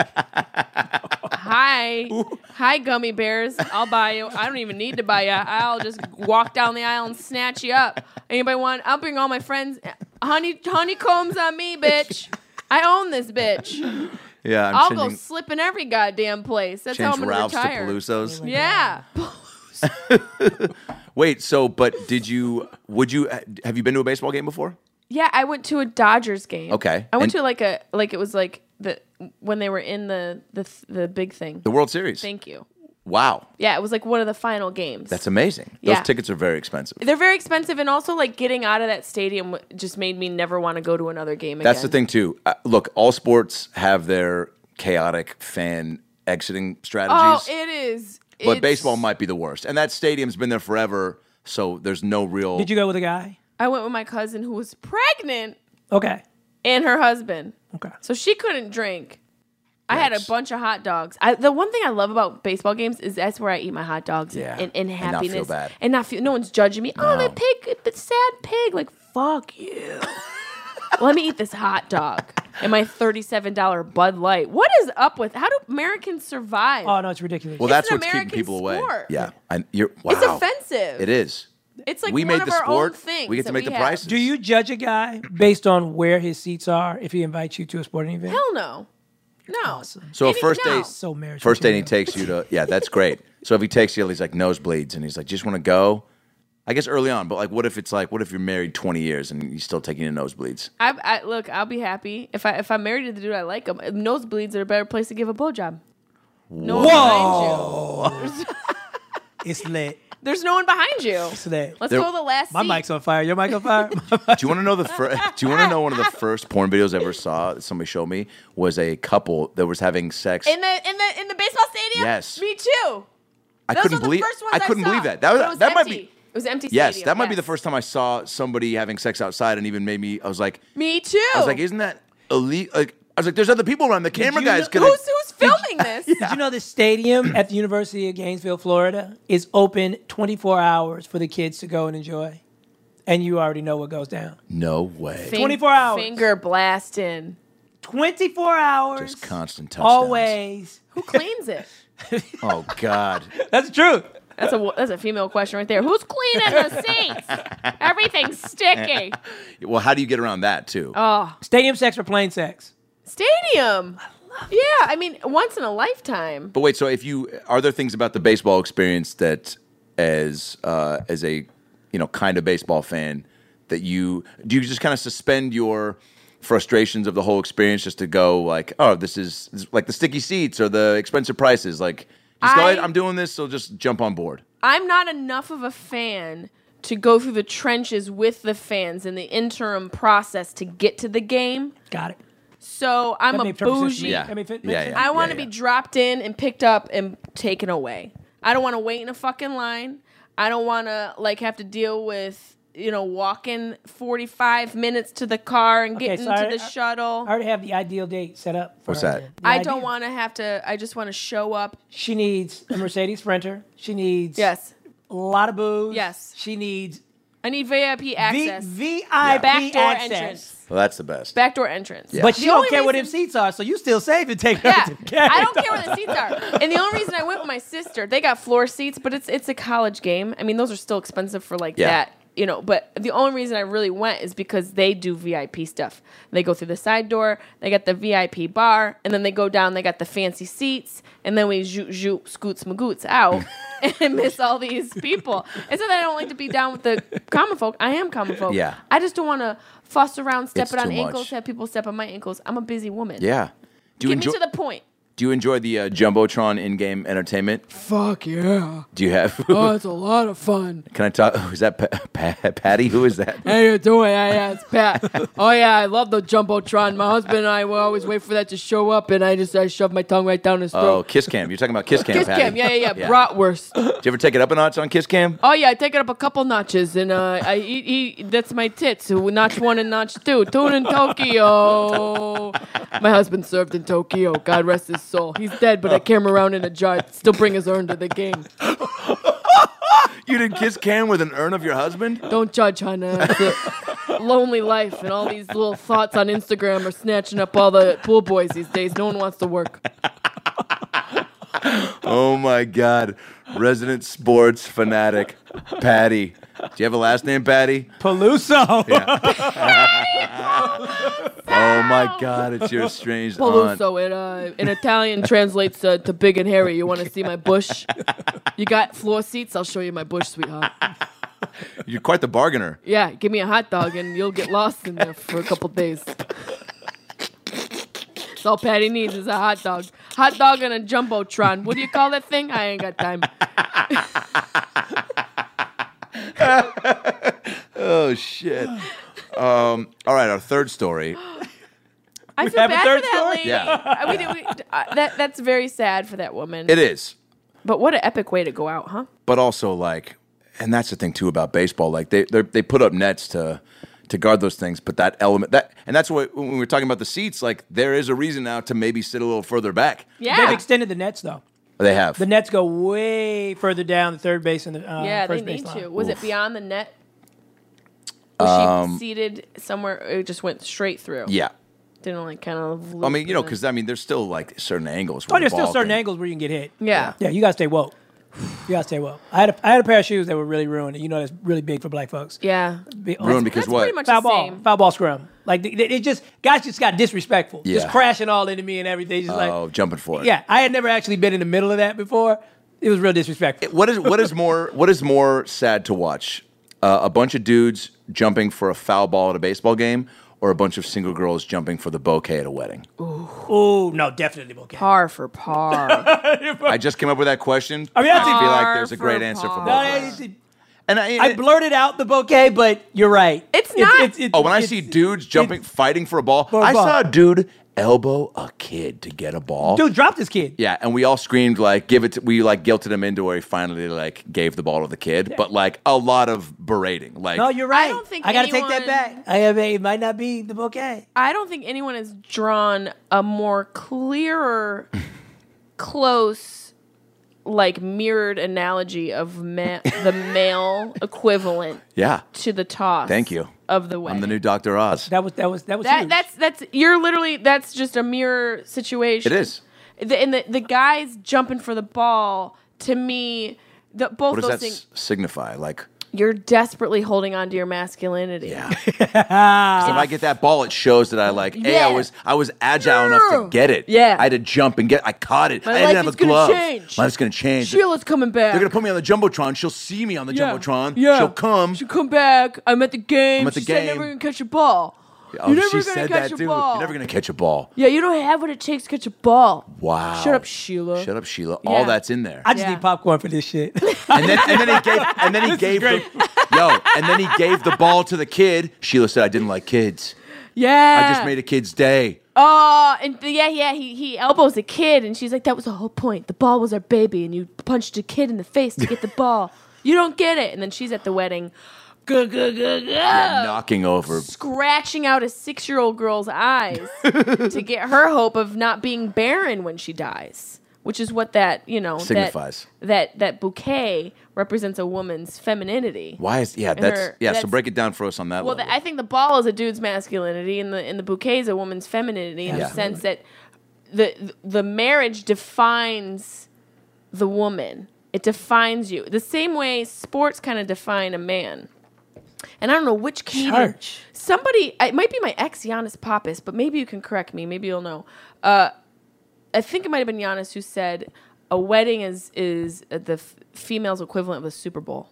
hi, hi, gummy bears. I'll buy you. I don't even need to buy you. I'll just walk down the aisle and snatch you up. Anybody want? I'll bring all my friends. Honey, honeycombs on me, bitch. I own this bitch.
Yeah,
i will go slip in every goddamn place. That's how I'm
change
gonna
Ralph's
retire.
to Pelusos.
yeah.
Wait, so but did you? Would you? Have you been to a baseball game before?
Yeah, I went to a Dodgers game.
Okay.
I went
And-
to like a like it was like the when they were in the the th- the big thing.
The World Series.
Thank you.
wow,
Yeah, it was like one of the final games.
that's amazing. Those
Yeah.
tickets are very expensive.
They're very expensive, and also like getting out of that stadium w- just made me never want to go to another game.
That's the
again.
thing too. Uh, look, all sports have their chaotic fan exiting strategies.
Oh, it is.
But
it's-
baseball might be the worst. And that stadium's been there forever, so there's no real.
Did you go with a guy?
I went with my cousin who was pregnant
Okay.
and her husband,
Okay.
so she couldn't drink. I had a bunch of hot dogs. I, the one thing I love about baseball games is that's where I eat my hot dogs
Yeah,
and, and
and not feel
happiness
bad.
and not feel no one's judging me. Oh, that pig, that sad pig. Like
<laughs>
fuck you. Let me eat this hot dog and my thirty-seven dollar Bud Light. What is up with? How do Americans survive?
Oh no, it's ridiculous.
well,
it's
that's
an
what's
American
keeping people away.
sport.
Yeah, and you're wow.
it's offensive.
It is.
It's like
we
one
made
of
the
our
sport.
own things.
we get
that
to make the
have.
prices.
Do you judge a guy based on where his seats are if he invites you to a sporting event?
Hell no. No.
So a
Any-
first
no.
date-
So marriage.
First date he
material.
takes you to. Yeah, that's great. so if he takes you, he's like nosebleeds, and he's like, just want to go. I guess early on, but like, what if it's like, what if you're married 20 years and you're still taking your nosebleeds?
I, I look. I'll be happy if I if I'm married to the dude I like him. Nosebleeds are a better place to give a blowjob. No one behind you.
It's lit.
There's no one behind you.
It's lit.
Let's
There-
go to the last.
My
seat.
mic's on fire. Your mic on
<laughs>
fire.
Do you want to know the? Fir- do you want to know one of the first porn videos I ever saw? That somebody showed me was a couple that was having sex.
in the in the in the baseball stadium.
Yes.
Me too.
I
Those
couldn't
were the
believe.
first ones
I couldn't
saw.
believe that. That
But it
was, that might
empty.
be.
It was empty.
Yes,
stadium,
that might be
yes.
the first time I saw somebody having sex outside, and even made me. I was like,
Me too.
I was like, isn't that elite? Like, I was like, there's other people around. The camera
you
guys
know-
could.
who's who's filming
<laughs>
this?
Did you know the stadium at the University of Gainesville, Florida, is open 24 hours for the kids to go and enjoy? And you already know what goes down.
No way.
Fing-
24 hours.
Finger blasting.
24 hours.
Just constant touchdowns.
Always.
<laughs>
Who cleans it?
Oh
<laughs>
God.
That's the truth.
That's a that's a female question right there. Who's cleaning the seats? Everything's sticky.
well, how do you get around that too?
Stadium sex or plain sex?
Stadium. yeah, I mean, once in a lifetime.
but wait, so if you are there things about the baseball experience that, as uh, as a you know kind of baseball fan, that you do you just kind of suspend your frustrations of the whole experience just to go like, oh, this is this- like the sticky seats or the expensive prices, like. Just go,
I-
"Hey, I'm doing this, so just jump on board.
I'm not enough of a fan to go through the trenches with the fans in the interim process to get to the game.
Got it.
So I'm
That
a
made perfect sense to
bougie.
me.
Yeah.
I mean, if it
Yeah,
makes sense.
yeah.
I want to
yeah.
be dropped in and picked up and taken away. I don't want to wait in a fucking line. I don't want to like have to deal with you know walking 45 minutes to the car and
Okay,
getting
so I-
to the
I-
shuttle.
I already have the ideal date set up. For
What's
her.
that?
The
I don't
ideal.
want to have to. I just want to show up.
She needs a Mercedes Sprinter. She needs
Yes,
a lot of booze.
Yes.
She needs
I need VIP
v-
access,
VIP
backdoor
access.
entrance,
Well, that's the best.
backdoor entrance.
But you
The
don't
only
care what them
reason-
seats are, so you still safe and take
<laughs>
Yeah,
her to the game. <laughs>
I don't care where the seats are. And the only reason I went with my sister, they got floor seats, but it's it's a college game. I mean, those are still expensive for like
Yeah.
that you know, but the only reason I really went is because they do VIP stuff. They go through the side door, they got the VIP bar, and then they go down, they got the fancy seats, and then we zoot zoot scoots
<laughs>
magoots out <laughs> and miss all these people. It's not that I don't like to be down with the common folk. I am common folk.
Yeah.
I just don't want to fuss around, step
It's
it on
too
ankles,
much.
have people step on my ankles. I'm a busy woman.
Yeah. Do you
Get
enjoy?
me to the point.
do you enjoy the uh, jumbotron in-game entertainment?
Fuck yeah.
Do you have?
Oh, it's a lot of fun.
<laughs> Can I talk? Oh, is that pa- Pa- Patty? Who is that?
How you doing? Yeah, yeah,
<laughs>
it's Pat. Oh yeah, I love the jumbotron. My husband and I will always wait for that to show up, and I just I shove my tongue right down his
Oh,
throat.
Kiss Cam. You're talking about Kiss Cam.
Kiss
Patty.
cam, yeah, yeah, yeah, bratwurst.
Did you ever take it up a notch on Kiss Cam?
Oh yeah, I take it up a couple notches, and uh, I eat, eat. That's my tits. Notch one and notch two. Tune in Tokyo. My husband served in Tokyo. God rest his soul. He's dead, but I came around in a jar. I'd Still bring his urn to the game.
You did Kiss Cam with an urn of your husband?
Don't judge, Hannah. It's a lonely life, and all these little thoughts on Instagram are snatching up all the pool boys these days. No one wants to work.
Oh my God, resident sports fanatic, Patty. Do you have a last name, Patty?
Paluso.
Oh my God, it's your strange aunt.
Paluso, it, uh, in Italian translates uh, to big and hairy. You want to see my bush? You got floor seats? I'll show you my bush, sweetheart.
You're quite the bargainer.
Yeah, give me a hot dog, and you'll get lost in there for a couple days. That's all Patty needs is a hot dog. Hot dog and a jumbotron. What do you call that thing? I ain't got time.
Oh shit. Um, all right, our third story.
I feel
have a
bad
third
for that
story?
lady.
Yeah.
I- we did- we- uh, that, that's very sad for that woman.
It is,
But what an epic way to go out, huh?
but also like, and that's the thing too about baseball. Like they they're- they put up nets to to guard those things, but that element that and that's what when we were talking about the seats. Like there is a reason now to maybe sit a little further back.
<laughs>
Yeah.
They've extended the nets though.
They have.
The nets go way further down the third base and the uh,
yeah, they
first
need
base
to.
line.
Was it beyond the net? Was she seated somewhere? It just went straight through.
Um, yeah.
Didn't like kind of.
I mean, you know, because I mean, there's still like certain angles. Where
Oh, there's
the
still
ball
certain
can-
angles where you can get hit.
Yeah.
Yeah, you gotta stay woke. You gotta stay woke. I had a, I had a pair of shoes that were really ruined. You know, that's really big for black folks.
Yeah.
Be-
Ruined because
That's
what?
pretty much
foul
the
ball,
same.
foul ball scrum. Like they, they- it just guys just got disrespectful, just
Yeah.
crashing all into me and everything. Just
oh,
like
jumping for it.
yeah, I had never actually been in the middle of that before. It was real disrespectful.
<laughs> What is what is more what is more sad to watch? Uh, a bunch of dudes jumping for a foul ball at a baseball game, or a bunch of single girls jumping for the bouquet at a wedding?
oh no, definitely okay.
Par for
<laughs>
par.
I just came up with that question.
I mean, that's
I
even-
feel like there's a
Par
great
for
answer for
par.
both.
No,
of
I,
us. And I,
I blurted out the bouquet, but you're right.
It's not-
oh, when I
it's-
see dudes jumping, fighting for a ball,
a
I
ball.
saw a dude elbow a kid to get a ball.
dude, drop this kid.
Yeah, and we all screamed like, "Give it!" To, we like guilted him into where he finally like gave the ball to the kid, but like a lot of berating. Like,
No, you're right. I,
don't think
gotta take
anyone-
that back. I have a, it might not be the bouquet.
<laughs> I don't think anyone has drawn a more clearer, close, like mirrored analogy of ma-
<laughs>
the male equivalent
yeah,
to the toss.
Thank you.
Of the way.
I'm the new Doctor Oz.
That was that was that was
That
huge.
that's that's you're literally that's just a mirror situation.
It is.
The, and the the guys jumping for the ball to me, the, both
What does that
those things.
s- signify? Like,
You're desperately holding on to your masculinity. <laughs>
yeah. 'Cause if I get that ball, it shows that I like. A, I
Yeah.
was I was agile enough to get it.
Yeah.
I had to jump and get. I caught it.
My
I didn't
life
have
is
a
gonna
glove.
change.
My life's gonna change.
Sheila's coming back.
They're gonna put me on the jumbotron. She'll see me on the
Yeah.
jumbotron.
Yeah.
She'll come.
She'll come back. I'm at the game.
I'm at the
she said
game.
never gonna catch a ball.
Oh,
You're never
she
gonna
said
catch
that
a
too.
ball.
You're never gonna catch a ball.
Yeah, you don't have what it takes to catch a ball.
Wow.
Shut up, Sheila.
Shut up, Sheila.
Yeah.
All that's in there.
I just
yeah.
need popcorn for this shit.
And then, and then he gave, and then he gave the, yo, and then he gave the ball to the kid. Sheila said, "I didn't like kids.
Yeah.
I just made a kid's day."
Oh, and th- yeah, yeah, he, he elbows a kid, and she's like, "That was the whole point. The ball was our baby, and you punched a kid in the face to get the ball. You don't get it." And then she's at the wedding, go go go go,
Oh.
Knocking over.
scratching out a six-year-old girl's eyes to get her hope of not being barren when she dies, which is what that you know that-
Signifies.
that that, bouquet represents a woman's femininity.
Why is yeah? That's
her-
yeah. so
that's-
break it down for us on that.
Well,
level.
the, I think the ball is a dude's masculinity, and the and the bouquet is a woman's femininity in the
Absolutely.
sense that the the marriage defines the woman. It defines you the same way sports kind of define a man.
and I don't know which comedian.
Church.
Somebody, it might be my ex Giannis Pappas, but maybe you can correct me. Maybe you'll know. Uh, I think it might have been Giannis who said a wedding is is the f- female's equivalent of a Super Bowl.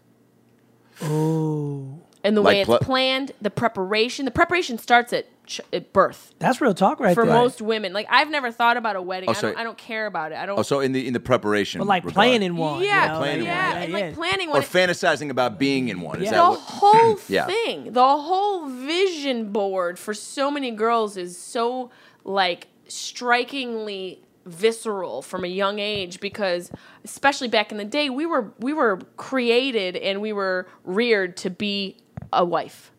Oh. And the
Like
way it's
pl-
planned, the preparation, the preparation starts at, ch- at birth
That's real talk right
for
there.
most women. Like I've never thought about a wedding.
Oh,
I,
sorry.
don't, I don't care about it. I don't.
Oh, so in the in the preparation,
but like
regard.
playing in one. you
yeah,
know,
Planning
like-
one.
yeah,
yeah,
and like planning
or
one.
fantasizing about being in one. Is
Yeah.
the
that what?
whole
<coughs> Yeah.
thing, the whole vision board for so many girls is so like strikingly visceral from a young age because especially back in the day we were we were created and we were reared to be a wife.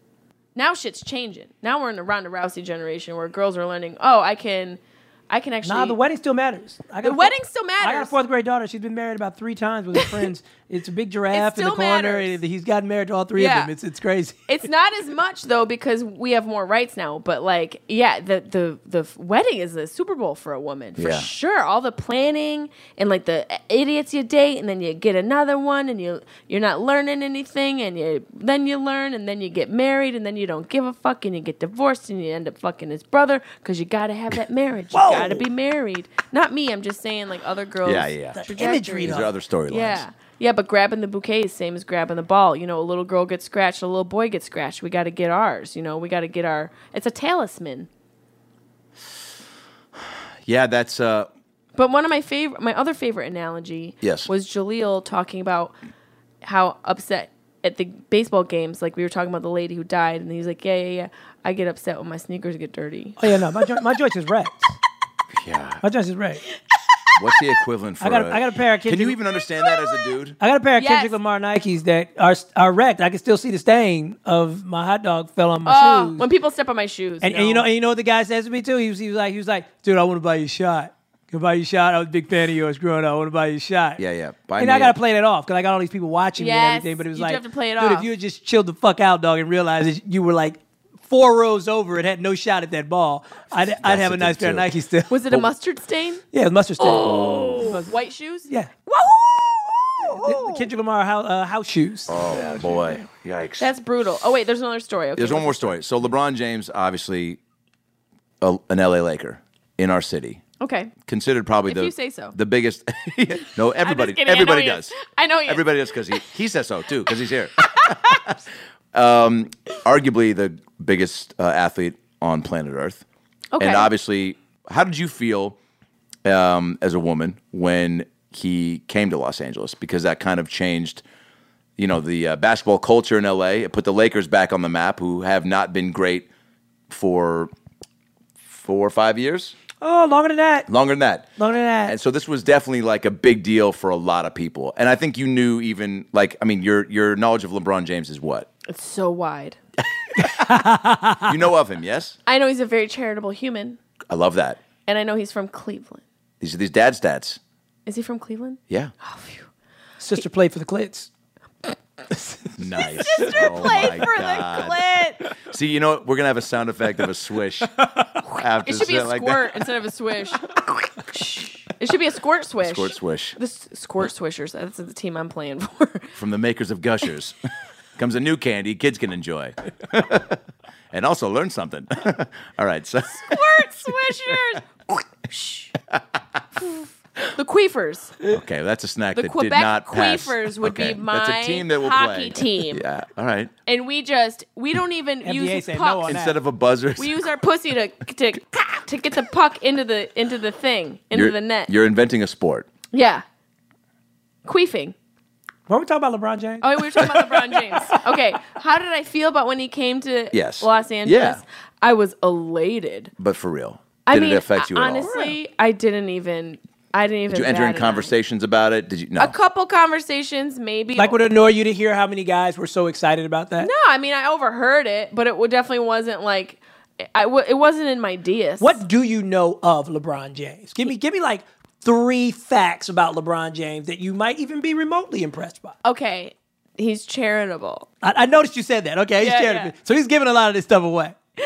Now shit's changing. Now we're in the Ronda Rousey generation where girls are learning, "Oh, I can I can actually
Nah, the wedding still matters. I got
The
a fo-
wedding still
I got a
matters.
fourth grade daughter. She's been married about three times with her friends. It's a big giraffe in the
still
corner.
matters.
and He's gotten married to all three
Yeah.
of them. It's it's crazy.
It's not as much though because we have more rights now. But like, yeah, the the the wedding is the Super Bowl for a woman for
Yeah.
sure. All the planning and like the idiots you date, and then you get another one, and you you're not learning anything, and you then you learn, and then you get married, and then you don't give a fuck, and you get divorced, and you end up fucking his brother because you gotta have that marriage. you gotta be married. Not me. I'm just saying like other girls.
Yeah, yeah, yeah.
Imagery
Trajectories.
These
though.
are other storylines.
Yeah. Yeah, but grabbing the bouquet is same as grabbing the ball. You know, a little girl gets scratched, a little boy gets scratched. We got to get ours. You know, we got to get our. It's a talisman.
Yeah, that's uh,
But one of my favorite, my other favorite analogy,
Yes.
was Jaleel talking about how upset at the baseball games. Like we were talking about the lady who died, and he's like, "Yeah, yeah, yeah. I get upset when my sneakers get dirty."
Oh yeah, no, my jo- my joints is wrecked.
yeah.
My joints is wrecked.
What's the equivalent for?
I got a-
a-
I got a pair of
Can you
Kendrick-
even understand that as a dude?
I got a pair of
Yes.
Kendrick Lamar Nikes that are are wrecked. I can still see the stain of my hot dog fell on my
Oh,
shoes.
when people step on my shoes,
And, and you know, and you know what the guy says to me too. He was, he was like, he was like, dude, I want to buy you a shot. Can I buy you a shot? I was a big fan of yours growing up. I want to buy you a shot.
Yeah, yeah. Buy
and
me
I got
a-
to play that off because I got all these people watching me and
Yes,
everything. But it was
you do
like,
have to play it
dude,
off.
if you had just chilled the fuck out, dog, and realized that you were like four rows over and had no shot at that ball, I'd, I'd have
the
a nice
thing,
pair of
too.
Nike still.
was it
Oh.
a mustard stain?
yeah, it was mustard stain.
White shoes?
Yeah. The-
Oh. Wahoo!
the Kendrick Lamar house, uh, house shoes.
Oh boy, yikes.
That's brutal. Oh wait, there's another story. Okay,
There's one more story. So LeBron James, obviously, a, an LA Laker in our city,
Okay.
considered probably
If
the
you say so.
the biggest. <laughs> no,
I'm
everybody,
just kidding. I know
everybody
he
does.
is. I know he is.
Everybody does
<laughs>
because he he says so too because he's here. <laughs> um, arguably the biggest uh, athlete on planet Earth,
Okay.
and obviously, how did you feel um, as a woman when he came to Los Angeles? Because that kind of changed you know the uh, basketball culture in LA. It put the Lakers back on the map, who have not been great for four or five years,
Oh, longer than that.
longer than that.
Longer than that.
And so this was definitely like a big deal for a lot of people. And I think you knew even like I mean your your knowledge of LeBron James is what
It's so wide.
you know of him. Yes,
I know he's a very charitable human,
I love that.
and I know he's from Cleveland.
These are these dad stats.
Is he from Cleveland?
Yeah,
Sister played for the Clits.
nice. oh
Play
my
for
God.
the <laughs> Clit.
See, you know what? We're gonna have a sound effect of a
<laughs>
swish. after
It should be
shit
a
like
squirt instead of
<laughs>
a swish. it should be a squirt swish.
that. Squirt swish
The s- squirt swishers. That's the team I'm
<laughs>
playing for.
from the makers of
<laughs>
Gushers. Comes a new candy kids can enjoy. <laughs> and also learn something. <laughs> All right, so
Squirt swishers.
<laughs>
Shh. the Queefers.
okay, that's a snack
The
that did
Quebec
not pass.
Queefers would
Okay,
be my
that's a team that will play.
hockey team.
<laughs> Yeah, all right.
And we just, we don't even
NBA
use
said
pucks.
no on that.
Instead of a buzzer,
We use our pussy to to to get the puck into the into the thing into
you're,
the net.
You're inventing a sport.
yeah, queefing.
Weren't we talking about LeBron James?
Oh, wait, we were talking about
<laughs>
LeBron James. Okay, how did I feel about when he came to
Yes.
Los Angeles?
Yeah.
I was elated.
But for real,
I
did
mean,
it affect you
I-
at all?
honestly, I didn't even. I didn't even.
Did you enter in
bat an eye.
conversations about it? Did you? No.
A couple conversations, maybe.
Like, would it annoy you to hear how many guys were so excited about that?
no, I mean, I overheard it, but it w- definitely wasn't like. I w- it wasn't in my DS.
What do you know of LeBron James? Give me, give me like three facts about LeBron James that you might even be remotely impressed by.
Okay, he's charitable.
I, I noticed you said that. Okay, he's
Yeah,
scared of
yeah.
it. So he's giving a lot of this stuff away.
When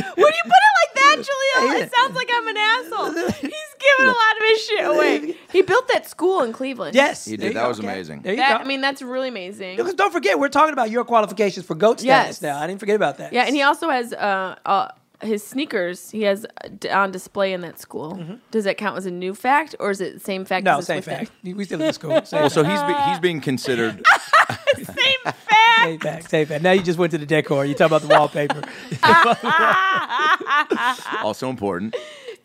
you put it like that, Julio, it sounds like I'm an asshole. He's giving a lot of his
<laughs>
shit away. He built that school in Cleveland.
Yes,
He did.
there you
That
go.
was amazing.
There you
That,
go.
I mean, that's really amazing.
Because don't forget, we're talking about your qualifications for goat status
Yes.
now. I didn't forget about that.
Yeah, and he also has uh, uh, his sneakers. He has uh, d- on display in that school. Does that count as a new fact, or is it the same fact?
Mm-hmm. no,
as it's
same
within?
fact. We still in the
<laughs>
school. Same
Well,
fact.
so he's
Uh,
be, he's being considered.
<laughs>
Same fact.
Stay back, stay back. Now you just went to the decor. You talk about the wallpaper.
<laughs> also important.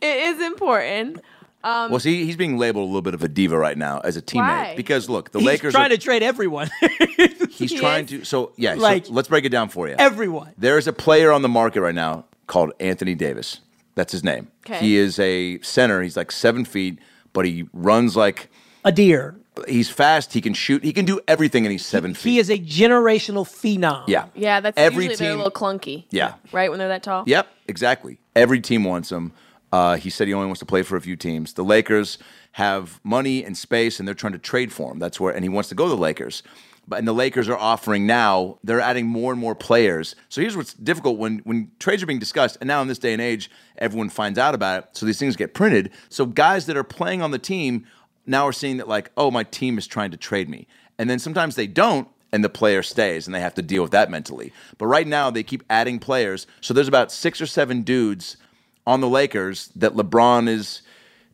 It is important.
well, see, he's being labeled a little bit of a diva right now as a teammate
Um, Why?
because look, the
He's
Lakers
trying
are,
to trade everyone, <laughs>
he's
He
trying
is?
to. So yeah, so
Like-
let's break it down for you.
everyone.
There is a player on the market right now called Anthony Davis. That's his name.
'Kay.
He is a center. He's like seven feet, but he runs like
A deer.
he's fast. He can shoot. He can do everything, and he's seven feet.
He is a generational phenom.
Yeah.
Yeah, that's
every
usually they're a
team.
little clunky.
Yeah.
right when they're that tall.
Yep, exactly. Every team wants him. Uh, he said he only wants to play for a few teams. The Lakers have money and space, and they're trying to trade for him. That's where, and he wants to go to the Lakers. But and the Lakers are offering now. They're adding more and more players. So here's what's difficult when when trades are being discussed, and now in this day and age, everyone finds out about it. So these things get printed. So guys that are playing on the team now are seeing that like, oh, my team is trying to trade me. And then sometimes they don't, and the player stays, and they have to deal with that mentally. But right now they keep adding players. So there's about six or seven dudes on the Lakers that LeBron is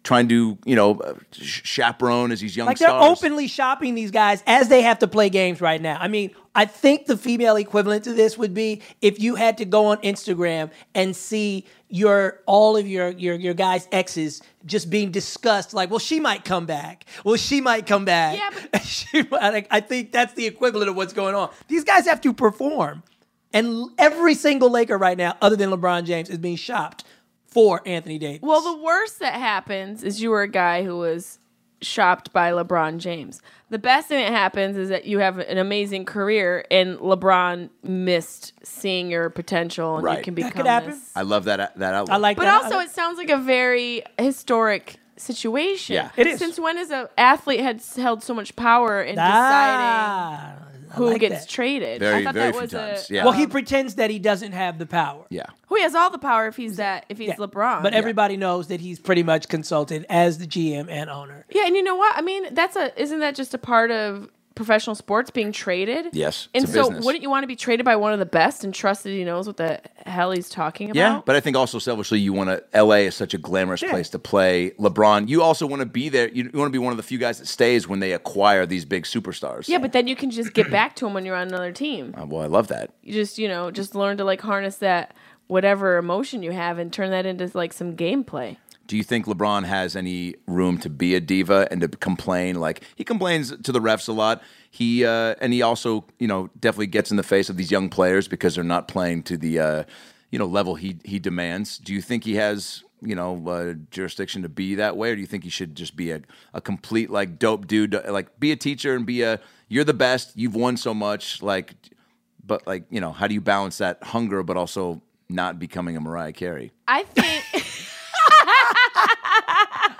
trying to, you know, uh, sh- chaperone as these young
Like they're
stars.
openly shopping these guys as they have to play games right now. I mean, I think the female equivalent to this would be if you had to go on Instagram and see your all of your your your guys' exes just being discussed. Like, well, she might come back. Well, she might come back. <laughs>
Yeah,
she, might- like, I think that's the equivalent of what's going on. These guys have to perform, and l- every single Laker right now, other than LeBron James, is being shopped for Anthony Davis.
Well, the worst that happens is you were a guy who was shopped by LeBron James. The best thing that happens is that you have an amazing career and LeBron missed seeing your potential and you
Right.
can
That
become
could happen.
this.
I love that that outlet.
I like,
But
that.
also it sounds like a very historic situation.
Yeah.
It is.
Since when has an athlete had held so much power in deciding
Ah, I
who
like
gets
that.
traded?
Very,
I thought
very
that
few
was
times.
a
Yeah.
Well, he pretends that he doesn't have the power.
yeah.
who has all the power if he's that if he's
Yeah.
LeBron.
But everybody knows that he's pretty much consulted as the GM and owner.
Yeah, and you know what? I mean, that's a isn't that just a part of professional sports being traded?
Yes,
And
it's a
so
business.
wouldn't you want to be traded by one of the best and trust that he knows what the hell he's talking about?
Yeah, but I think also selfishly, you want to. LA is such a glamorous place to play. LeBron, you also want to be there. You, you want to be one of the few guys that stays when they acquire these big superstars.
yeah, but then you can just get back to him when you're on another team.
Uh, well, I love that.
You just, you know, just learn to like harness that whatever emotion you have and turn that into like some gameplay.
Do you think LeBron has any room to be a diva and to complain? Like he complains to the refs a lot. He uh, and he also, you know, definitely gets in the face of these young players because they're not playing to the, uh, you know, level he he demands. Do you think he has, you know, uh, jurisdiction to be that way, or do you think he should just be a, a complete like dope dude, like be a teacher and be a you're the best, you've won so much, like, but like you know, how do you balance that hunger but also not becoming a Mariah Carey?
I think <laughs>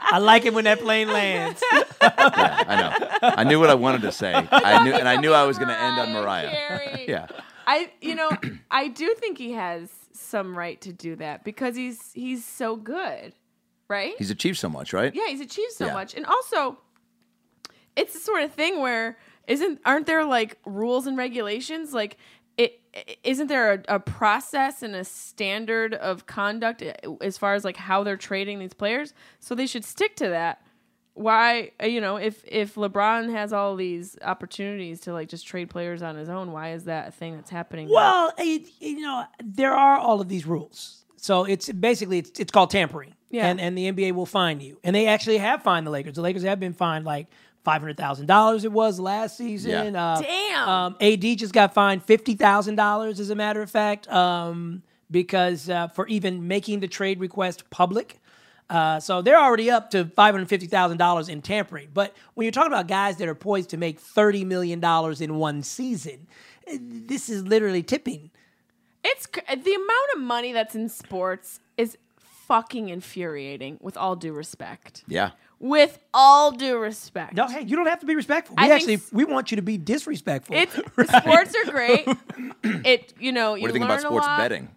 I like it when that plane lands.
I know. I knew what I wanted to say. I knew, and I knew I was going to end on Mariah.
Carey.
<laughs> Yeah,
I you know, <clears throat> I do think he has some right to do that because he's he's so good. Right?
he's achieved so much, right?
Yeah, he's achieved so
Yeah.
much, and also, it's the sort of thing where isn't aren't there like rules and regulations like. It, i- isn't there a, a process and a standard of conduct i- as far as like how they're trading these players? So they should stick to that. Why, uh, you know, if if LeBron has all these opportunities to like just trade players on his own, why is that a thing that's happening?
<laughs>
now?
well, it, you know, there are all of these rules. So it's basically it's, it's called tampering.
Yeah.
And and the NBA will fine you. And they actually have fined the Lakers. The Lakers have been fined like five hundred thousand dollars. It was last season.
Yeah.
Uh,
Damn.
Um, AD just got fined fifty thousand dollars, as a matter of fact, um, because uh, for even making the trade request public. Uh, so they're already up to five hundred fifty thousand dollars in tampering. But when you're talking about guys that are poised to make thirty million dollars in one season, eh, this is literally tipping.
It's cr- the amount of money that's in sports is fucking infuriating. With all due respect.
Yeah.
With all due respect.
No, hey, you don't have to be respectful.
I
We
think
actually
s-
we want you to be disrespectful. <laughs>
It's sports are great. It you know you
What do you think about
learn a
sports
lot. Uh,
betting?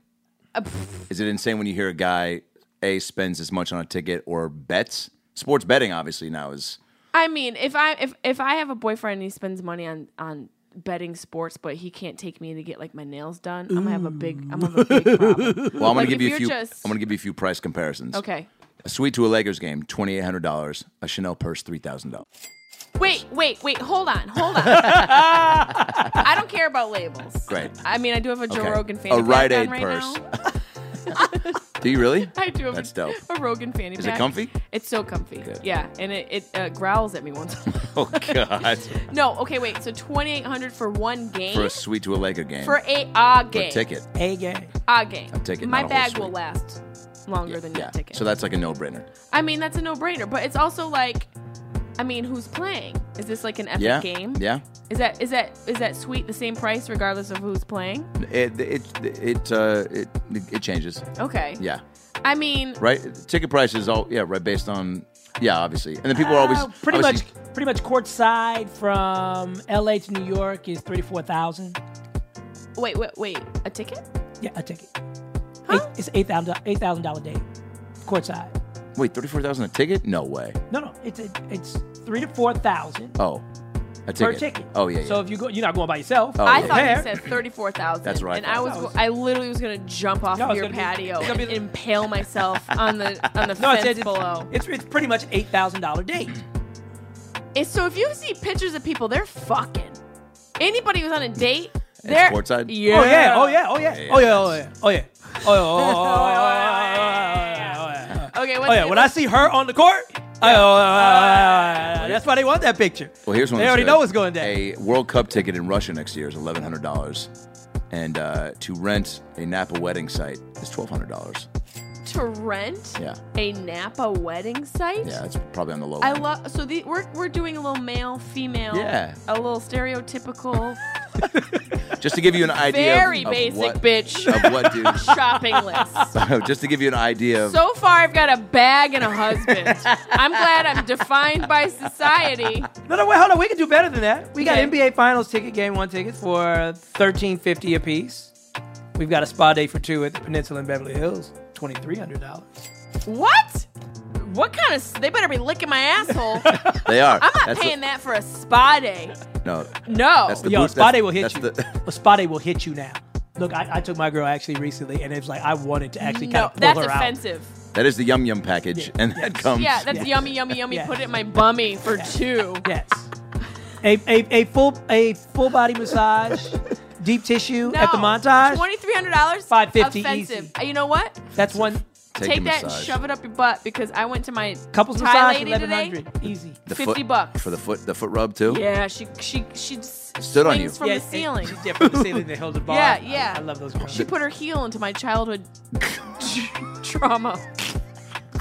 Is it insane when you hear a guy a spends as much on a ticket or bets? Sports betting obviously now is
I mean, if I if if I have a boyfriend and he spends money on on betting sports, but he can't take me to get like my nails done, I'm gonna have a big I'm gonna have a big problem.
<laughs>
Well, I'm gonna
Like,
give
if
you a
you're
few.
just-
I'm gonna give you a few price comparisons.
Okay.
A suite to a Lakers game, twenty eight hundred dollars. A Chanel purse, three thousand dollars.
Wait, wait, wait. Hold
<laughs>
on, hold on. I don't care about labels.
Great.
I mean, I do have a Joe
Okay.
Rogan fan.
A Rite Aid
right
purse.
Now.
<laughs> Do you really?
<laughs> I do have
That's
a,
dope.
a Rogan fanny
Is it
pack.
comfy?
It's so comfy. Yeah, and it, it uh, growls at me
<laughs>
once. in a while.
Oh
<laughs>
God!
no, okay, wait. So twenty eight hundred for one game
For a suite to a Laker game,
for a ah
For
game
a ticket,
A game.
ah game.
A ticket,
My
not a whole
bag will
suite.
last longer than your
yeah.
ticket.
So that's like a no brainer.
I mean, that's a no brainer. But it's also like, I mean, who's playing? Is this like an epic
Yeah,
game?
yeah.
Is that is that is that suite the same price regardless of who's playing?
It it it uh, it it changes.
Okay.
Yeah.
I mean,
Right. Ticket prices all yeah right based on yeah obviously, and then people are always
Uh, pretty much,
obviously-
pretty much courtside from L.A. to New York is thirty four thousand.
wait, wait, wait. A ticket?
Yeah, a ticket.
Huh?
Eight, it's eight thousand eight thousand dollar day, courtside.
Wait, thirty four thousand a ticket? No way.
No, no, it's it, it's three to four thousand
Oh, a ticket.
per ticket.
Oh yeah. yeah.
So if you go, you're not going by yourself.
Oh,
I
yeah.
thought
There.
you said thirty-four thousand.
That's right.
And I was,
That was-
I literally was gonna jump off
No,
of
it's
your
gonna be-
patio
it's
and
gonna be the-
impale myself
<laughs>
on the on the
no, it's,
fence
it's,
below.
it's it's pretty much eight thousand dollar date.
It's, so if you see pictures of people, they're fucking. Anybody who's on a date, they're
courtside?
Yeah.
Oh yeah, oh yeah, oh yeah, oh yeah, oh yeah, oh yeah, oh yeah, oh yeah, oh yeah, oh yeah, oh yeah, oh yeah.
Okay. What's
Oh yeah,
the-
when I see her on the court, I- oh, oh, oh, oh, oh, that's why they want that picture.
Well, here's one.
They
that's
already
good.
know what's going down.
A World Cup ticket in Russia next year is eleven hundred dollars, and uh, to rent a Napa wedding site is twelve hundred dollars.
to rent
Yeah.
a Napa wedding site.
Yeah, that's probably on the low.
I
end.
love so the, we're we're doing a little male female.
Yeah.
A little stereotypical,
Just to give
<laughs>
you an <laughs> idea. of-
very
of
basic
what- <laughs>
bitch
Of what, dude?
shopping
<laughs>
list.
Just to give you an idea of.
So far, I've got a bag and a husband. I'm glad I'm defined by society.
No, no, wait, hold on. We can do better than that. We got
Okay.
NBA Finals ticket, game one tickets for thirteen fifty a piece. We've got a spa day for two at the Peninsula in Beverly Hills, twenty three hundred dollars.
What? What kind of? s- They better be licking my asshole. I'm
they are.
not
that's
paying
the,
that for a spa day.
No,
No.
that's the
Yo,
booth-
spa day
that's-
will hit you.
that's
<laughs>
the-
But spa day will hit you now. Look, I, I took my girl actually recently, and it's like I wanted to actually kind
no,
of pull
that's
her out.
offensive.
that is the yum yum package, and that comes.
Yeah, that's yummy, yummy, yummy.
Yeah.
Put it in my bummy for two.
Yes. A, a, a full a full body
<laughs>
massage, deep tissue at the montage.
Twenty three hundred dollars.
$5.50
Offensive.
easy.
Uh, You know what?
that's one
Take,
a
that and
massage.
shove it up your butt because I went to my
couples
Thai
massage,
lady
eleven
today.
hundred, easy.
The
50
foot-
bucks.
for the foot. The foot rub too.
Yeah, she she she s-
Stood on
swings
you.
from
Yeah,
the ceiling.
Yeah, from the ceiling they held
<laughs>
the bar.
Yeah, yeah.
I, I love those girls.
She put her heel into my childhood <laughs> trauma.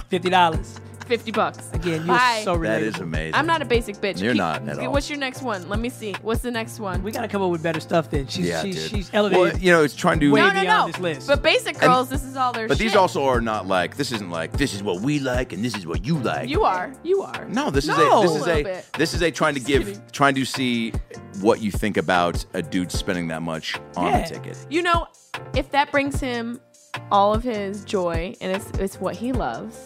Fifty dollars.
Fifty bucks.
Again, you're
Bye.
so relatable.
<laughs> That is amazing.
I'm not a basic bitch.
You're not at all.
What's your next one? Let me see. What's the next one?
We gotta come up with better stuff then. She's
Yeah,
she's,
dude.
she's
Well,
elevated.
you know, it's trying to.
Way
no, no,
beyond
no.
this list.
But basic girls, this is all their
But
shit.
these also are not like. This isn't like. This is what we like, and this is what you like.
You are. You are.
No, this
No.
is a this
A
is
little
a
bit.
this is a trying to give
kidding.
trying to see what you think about a dude spending that much on
Yeah.
a ticket.
You know, if that brings him all of his joy and it's it's what he loves,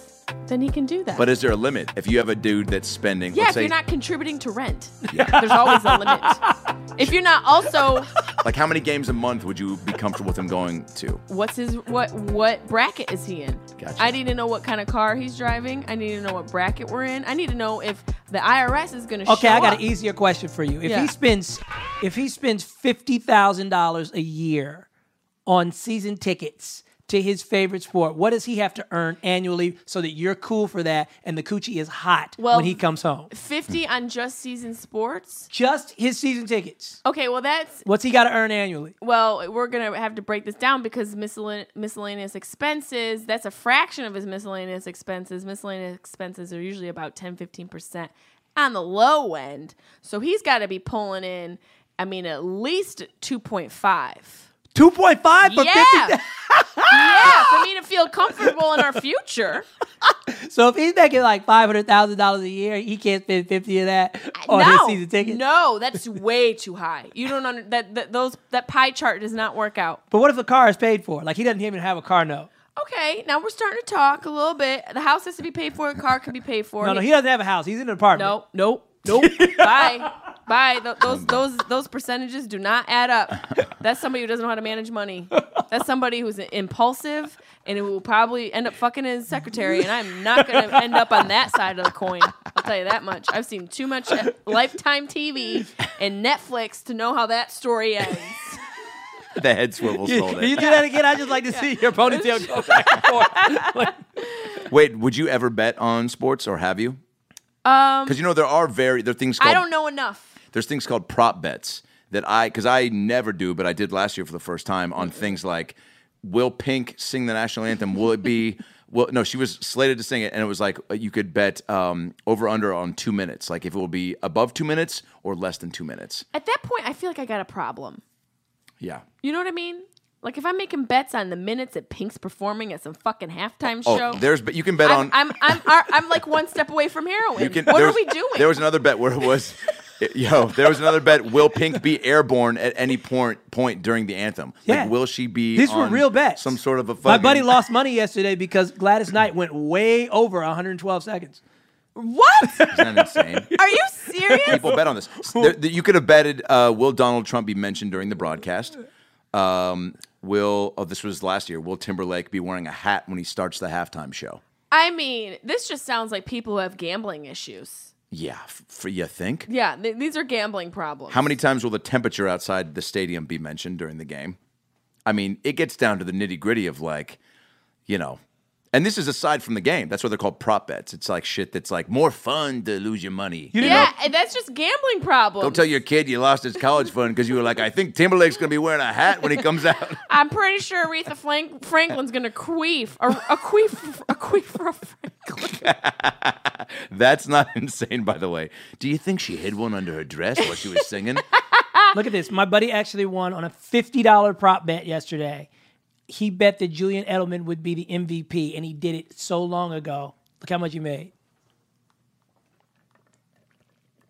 then he can do that.
But is there a limit? If you have a dude that's spending,
yeah,
let's
if
say,
you're not contributing to rent, there's always
<laughs>
a limit. If you're not also,
like how many games a month would you be comfortable with him going to? <laughs>
what's his what what bracket is he in?
Gotcha.
I need to know what kind of car he's driving. I need to know what bracket we're in. I need to know if the IRS is going to.
Okay,
show
I got
up.
an easier question for you. If
Yeah.
he spends if he spends fifty thousand dollars a year on season tickets to his favorite sport, what does he have to earn annually so that you're cool for that and the coochie is hot
Well,
when he comes home?
50 on just season sports.
Just his season tickets.
Okay, well that's
What's he got to earn annually?
well we're going to have to break this down because miscellane- miscellaneous expenses, that's a fraction of his miscellaneous expenses. Miscellaneous expenses are usually about 10-15% on the low end. So he's got to be pulling in I mean at least 2.5.
Two point five for
yeah.
fifty. <laughs>
yeah, for me to feel comfortable in our future.
<laughs> So if he's making like five hundred thousand dollars a year, he can't spend fifty of that on his Oh, season ticket.
No, that's way too high. You don't under that, that those that pie chart does not work out.
But what if the car is paid for? Like he doesn't even have a car note.
Okay, now we're starting to talk a little bit. The house has to be paid for. The car can be paid for.
No, no, he doesn't have a house. He's in an apartment. <laughs>
no, nope, nope. Bye, bye. Th- those those those percentages do not add up. That's somebody who doesn't know how to manage money. That's somebody who's impulsive and who will probably end up fucking his secretary. And I'm not going to end up on that side of the coin. I'll tell you that much. I've seen too much Lifetime TV and Netflix to know how that story ends.
the head
<laughs>
swivel
You,
sold
you
it.
do that again? I just like to see your ponytail
<laughs>
go back and forth. Like,
Wait, would you ever bet on sports or have you?
Um,
Because you know there are very there are things called
I don't know enough.
there's things called prop bets that I because I never do, but I did last year for the first time on things like will Pink sing the national anthem? Will it be? <laughs> Well, no, she was slated to sing it, and it was like uh, you could bet um, over under on two minutes, like if it will be above two minutes or less than two minutes.
At that point, I feel like I got a problem.
Yeah.
You know what I mean? Like if I'm making bets on the minutes that Pink's performing at some fucking halftime
Oh,
show,
there's but you can bet on.
I'm, I'm I'm ar- I'm like one step away from heroin. <laughs>
you can,
what
there
are
was-
we doing?
There was another bet where it was. Yo, there was another bet. Will Pink be airborne at any point point during the anthem?
Yeah.
Like, will she be?
These were
on
real bets.
Some sort of a.
My
fucking-
buddy lost money yesterday because Gladys Knight went way over 112 seconds.
what?
Isn't that insane?
<laughs>
Are you serious?
people bet on this. There, there- you could have betted. Uh, will Donald Trump be mentioned during the broadcast? Um, will oh, this was last year. Will Timberlake be wearing a hat when he starts the halftime show?
I mean, this just sounds like people who have gambling issues.
Yeah, f- for you think?
Yeah, th- these are gambling problems.
How many times will the temperature outside the stadium be mentioned during the game? I mean, it gets down to the nitty gritty of like, you know, and this is aside from the game. That's why they're called prop bets. It's like shit that's like more fun to lose your money. You
Yeah, and that's just gambling problems.
Don't tell your kid you lost his college fund because you were like, I think Timberlake's gonna be wearing a hat when he comes
<laughs>
out.
I'm pretty sure Aretha Frank- Franklin's gonna queef or a queef a queef for a Franklin.
That's not insane, by the way. Do you think she hid one under her dress while she was
<laughs>
singing?
Look at this. My buddy actually won on a $50 prop bet yesterday. He bet that Julian Edelman would be the MVP, and he did it so long ago. Look how much he made.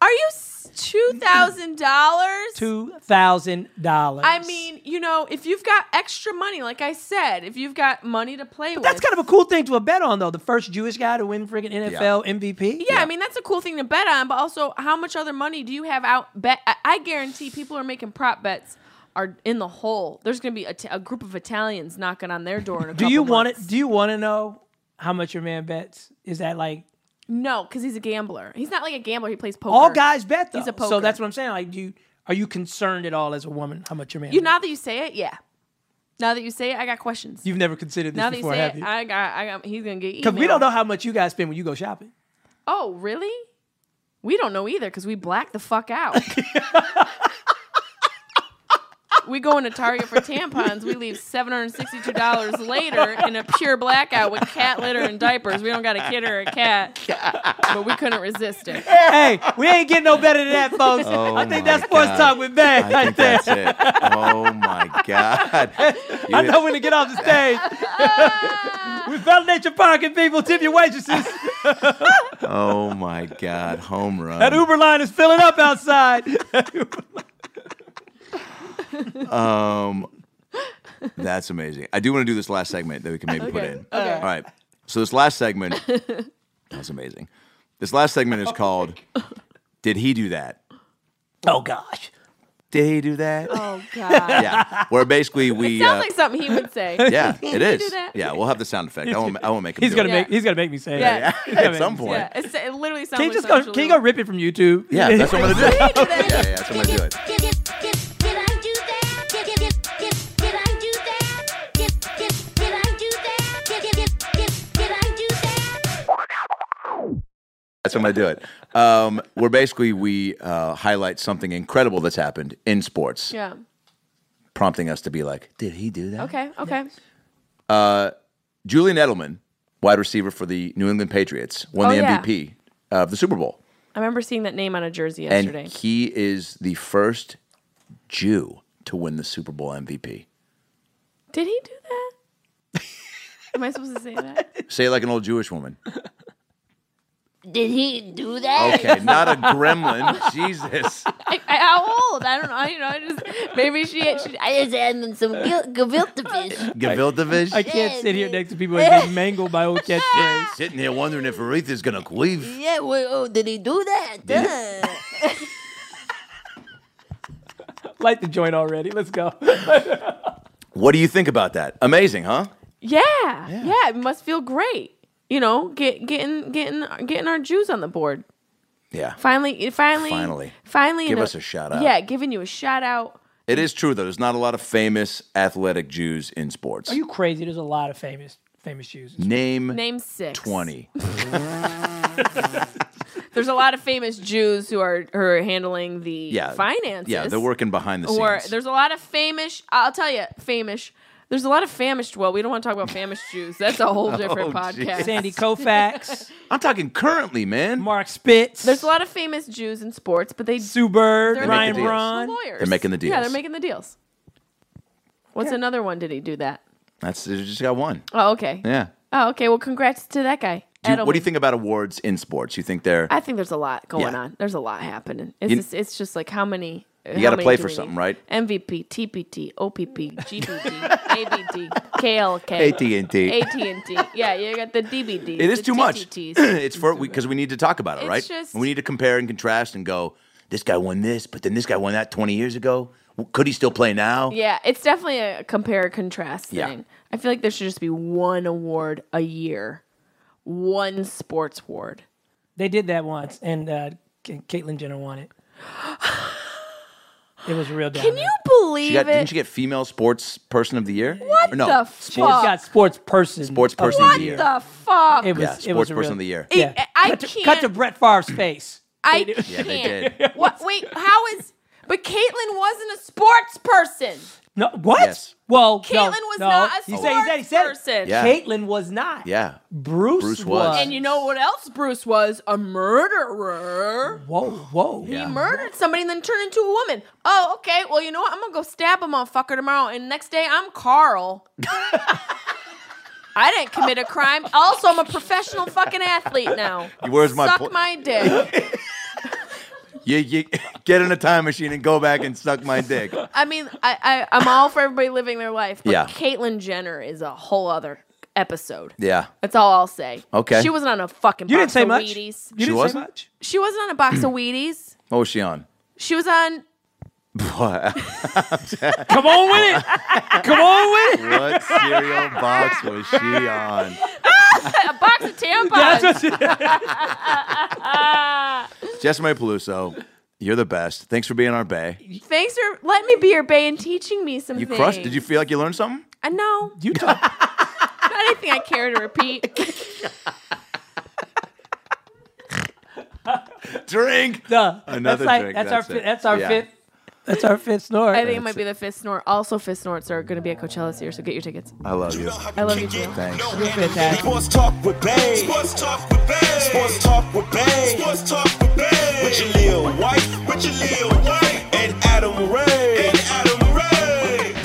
Are you two thousand dollars?
Two thousand dollars.
I mean, you know, if you've got extra money, like I said, if you've got money to play with,
that's kind of a cool thing to a bet on, though. The first Jewish guy to win friggin' NFL MVP.
yeah, I mean, that's a cool thing to bet on. But also, how much other money do you have out? Bet I, I guarantee people who are making prop bets are in the hole. There's going to be a, t- a group of Italians knocking on their door. In
<laughs>
a
Do you want it? Do you want to know how much your man bets? Is that like
No, because he's a gambler. He's not like a gambler. He plays poker.
all guys bet though?
He's a
So
poker.
that's what I'm saying. Like, do you are you concerned at all as a woman how much your man?
You
bets?
now that you say it, yeah. Now that you say it, I got questions.
You've never considered this
now that you
before,
say
have
it,
you?
I got, I got. He's gonna get
Because
because
we don't know how much you guys spend when you go
<laughs>
shopping.
Oh, really? We don't know either because we black the fuck out. we go into Target for tampons. We leave seven hundred sixty-two dollars later in a pure blackout with cat litter and diapers. We don't got a kid or a cat, but we couldn't resist it.
hey, we ain't getting no better than
<laughs>
that, folks.
Oh
I think
my
that's sports
God.
talk with Ben
I
<laughs> right
think
there.
that's it. Oh my god! You
<laughs> I
hit-
know when to get off the
<laughs>
stage. we validate your parking, people. Tip your waitresses.
oh my god! Home run.
That Uber line is filling up outside.
That's amazing. I do want to do this last segment that we can maybe put in.
okay.
All right. So this last segment. that's amazing. This last segment is called. Did he do that?
oh gosh.
Did he do that?
Oh god,
Yeah. Where basically we.
sounds
uh,
like something he would say.
<laughs> yeah, it
do
is.
that?
Yeah, we'll have the sound effect. I won't. I won't make him.
He's
do
gonna
it.
make
Yeah.
he's gonna make me say it.
Yeah.
<laughs>
He's gonna
at
make
some
me say it.
point.
Yeah, it's, it literally sounds
Can
like
you just
something
go
Shalu
can you
would
go rip it from YouTube? <laughs>
Yeah, that's what I'm gonna do.
Did he do that?
Yeah, yeah, that's what I'm gonna do. It. That's when I do it. Um, where basically we uh, highlight something incredible that's happened in sports,
<laughs> Yeah.
prompting us to be like, "Did he do that?"
Okay. Okay.
Julian Edelman, wide receiver for the New England Patriots, won
Oh,
the
yeah.
MVP of the Super Bowl,
I remember seeing that name on a jersey yesterday.
and he is the first Jew to win the Super Bowl MVP.
Did he do that? Am I supposed to say that?
Say it like an old Jewish woman.
<laughs> Did he do that?
Okay, not a
<laughs>
gremlin. Jesus.
I, I, how old? I don't know. I, you know, I just maybe she. she I just had them some gil- gavilta fish.
Gavildavish.
I can't sit here next to people and <laughs> be mangled by old catchphrase.
Sitting here wondering if Aretha's gonna queef.
Yeah. Well, oh, did he do that? Duh.
<laughs> Light the joint already. Let's <laughs> go.
What do you think about that? Amazing, huh?
Yeah, yeah, It must feel great. You know, get getting getting getting our Jews on the board.
Yeah.
Finally, it- finally,
Finally.
finally.
Give
in
us a shout out.
Yeah, giving you a shout out.
It is true though. There's not a lot of famous athletic Jews in sports.
Are you crazy? There's a lot of famous famous Jews.
Name,
Name six. <laughs>
twenty.
There's a lot of famous Jews who are who are handling the
Yeah.
finances.
Yeah, they're working behind the scenes.
Or there's a lot of famish. I'll tell you, famish. There's a lot of famished. Well, we don't want to talk about famished Jews. That's a whole different
<laughs> Oh, geez.
podcast.
<laughs> Sandy Koufax,
I'm talking currently, man.
Mark Spitz,
There's a lot of famous Jews in sports, but they
Sue Bird,
They're
Ryan
making deals.
Braun.
lawyers.
They're making the
Yeah,
deals.
they're making the deals. What's another one? Did he do that?
That's they just got one.
Oh, okay.
Yeah.
Oh, okay. Well, congrats to that guy.
Do you- what do you
Edelman.
think about awards in sports? You think they're
I think there's a lot going
Yeah.
on. There's a lot happening. It's
You-
just, it's just like how many. You
gotta play for something, right?
MVP, TPT, OPP,
<laughs>
GPD, ABD, KLK,
AT and T?
AT&T. Yeah, you got the DBD.
It is
the
too much.
TTTs.
it's for because we need to talk about it,
It's
right?
just-
we need to compare and contrast and go. This guy won this, but then this guy won that twenty years ago. W- Could he still play now?
yeah, it's definitely a compare and contrast
Yeah.
thing. I feel like there should just be one award a year, one sports award.
They did that once, and uh, K- Caitlyn Jenner won <gasps> it. It was real. Down
Can
there.
you believe
She got,
it?
didn't she get female sports person of the year?
What
Or no,
the
sports
She just
fuck?
got sports person.
Sports person of
what
the year.
the fuck?
It was.
yeah,
it
sports
was a
person
real-
of the year.
Yeah.
I- I
cut, To,
can't-
cut to Brett Favre's face.
I
did.
can't.
Yeah, they did.
What? Wait, how is? But Caitlyn wasn't a sports person.
No, what?
Yes.
Well, no,
Caitlyn was
no.
not a
He
sports
said- he said- he said it.
person.
Yeah.
Caitlyn was not.
Yeah.
Bruce,
Bruce was.
was.
And you know what else Bruce was? A murderer.
whoa, whoa.
Yeah.
He murdered somebody and then turned into a woman. Oh, okay. Well, you know what? I'm gonna go stab a motherfucker tomorrow, and next day I'm
<laughs>
Carl. I didn't commit a crime. Also, I'm a professional fucking athlete now.
<laughs> Where's my
Suck
pl-
my dick.
You, you get in a time machine and go back and suck my dick.
I mean, I, I I'm all for everybody living their life, but
Yeah.
Caitlyn Jenner is a whole other episode.
Yeah.
That's all I'll say.
Okay.
She wasn't on a fucking.
You
box
didn't say
of
much.
Wheaties.
You didn't
wasn't?
say much.
She wasn't on a box of Wheaties.
What was she on?
She was
<laughs>
on.
What,
Come on
<laughs>
with it. Come on with it.
what cereal box was she on?
A box of tampons.
That's what-
Jessica May Peluso, you're the best. Thanks for being our bay.
Thanks for letting me be your bae and teaching me some
You
things.
crushed. Did you feel like you learned something?
I <laughs> know.
you talk.
Not anything <laughs> I care to repeat.
Drink.
Duh.
Another
that's like,
drink,
That's,
that's
our.
it.
Fi- that's our
Yeah.
fifth. That's our fifth snort.
I think it might be the fifth snort. Also, fifth snorts are going to be at Coachella this year, so get your tickets.
I love you.
I love you too.
Thanks.
fantastic.
Sports talk with Babe. Sports talk with Babe. Sports talk with Babe. Sports talk with Babe. With your lil' wife. With your lil' wife. And Adam Ray. And Adam Ray.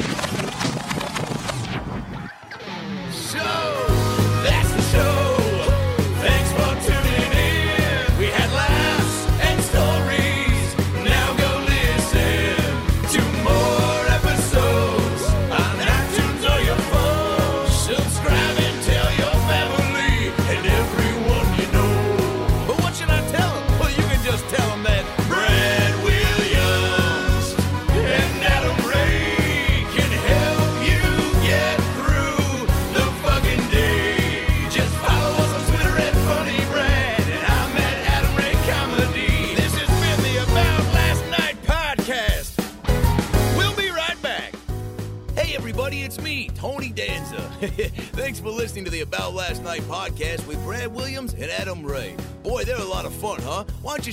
So that's the show. Thanks for tuning in. We had laughs and stories. Now go listen to more episodes on iTunes or your phone. Subscribe and tell your family and everyone you know. But what should I tell them? Well, you can just tell them that Brad Williams and Adam Ray can help you get through the fucking day. Just follow us on Twitter at Funny Brad, and I'm at Adam Ray Comedy. This has been the About Last Night podcast. We'll be right back. Hey, everybody, it's me, Tony Danza. <laughs> Thanks for listening to the About Last Night podcast with Brad Williams and Adam Ray. Boy, they're a lot of fun, huh? Why don't you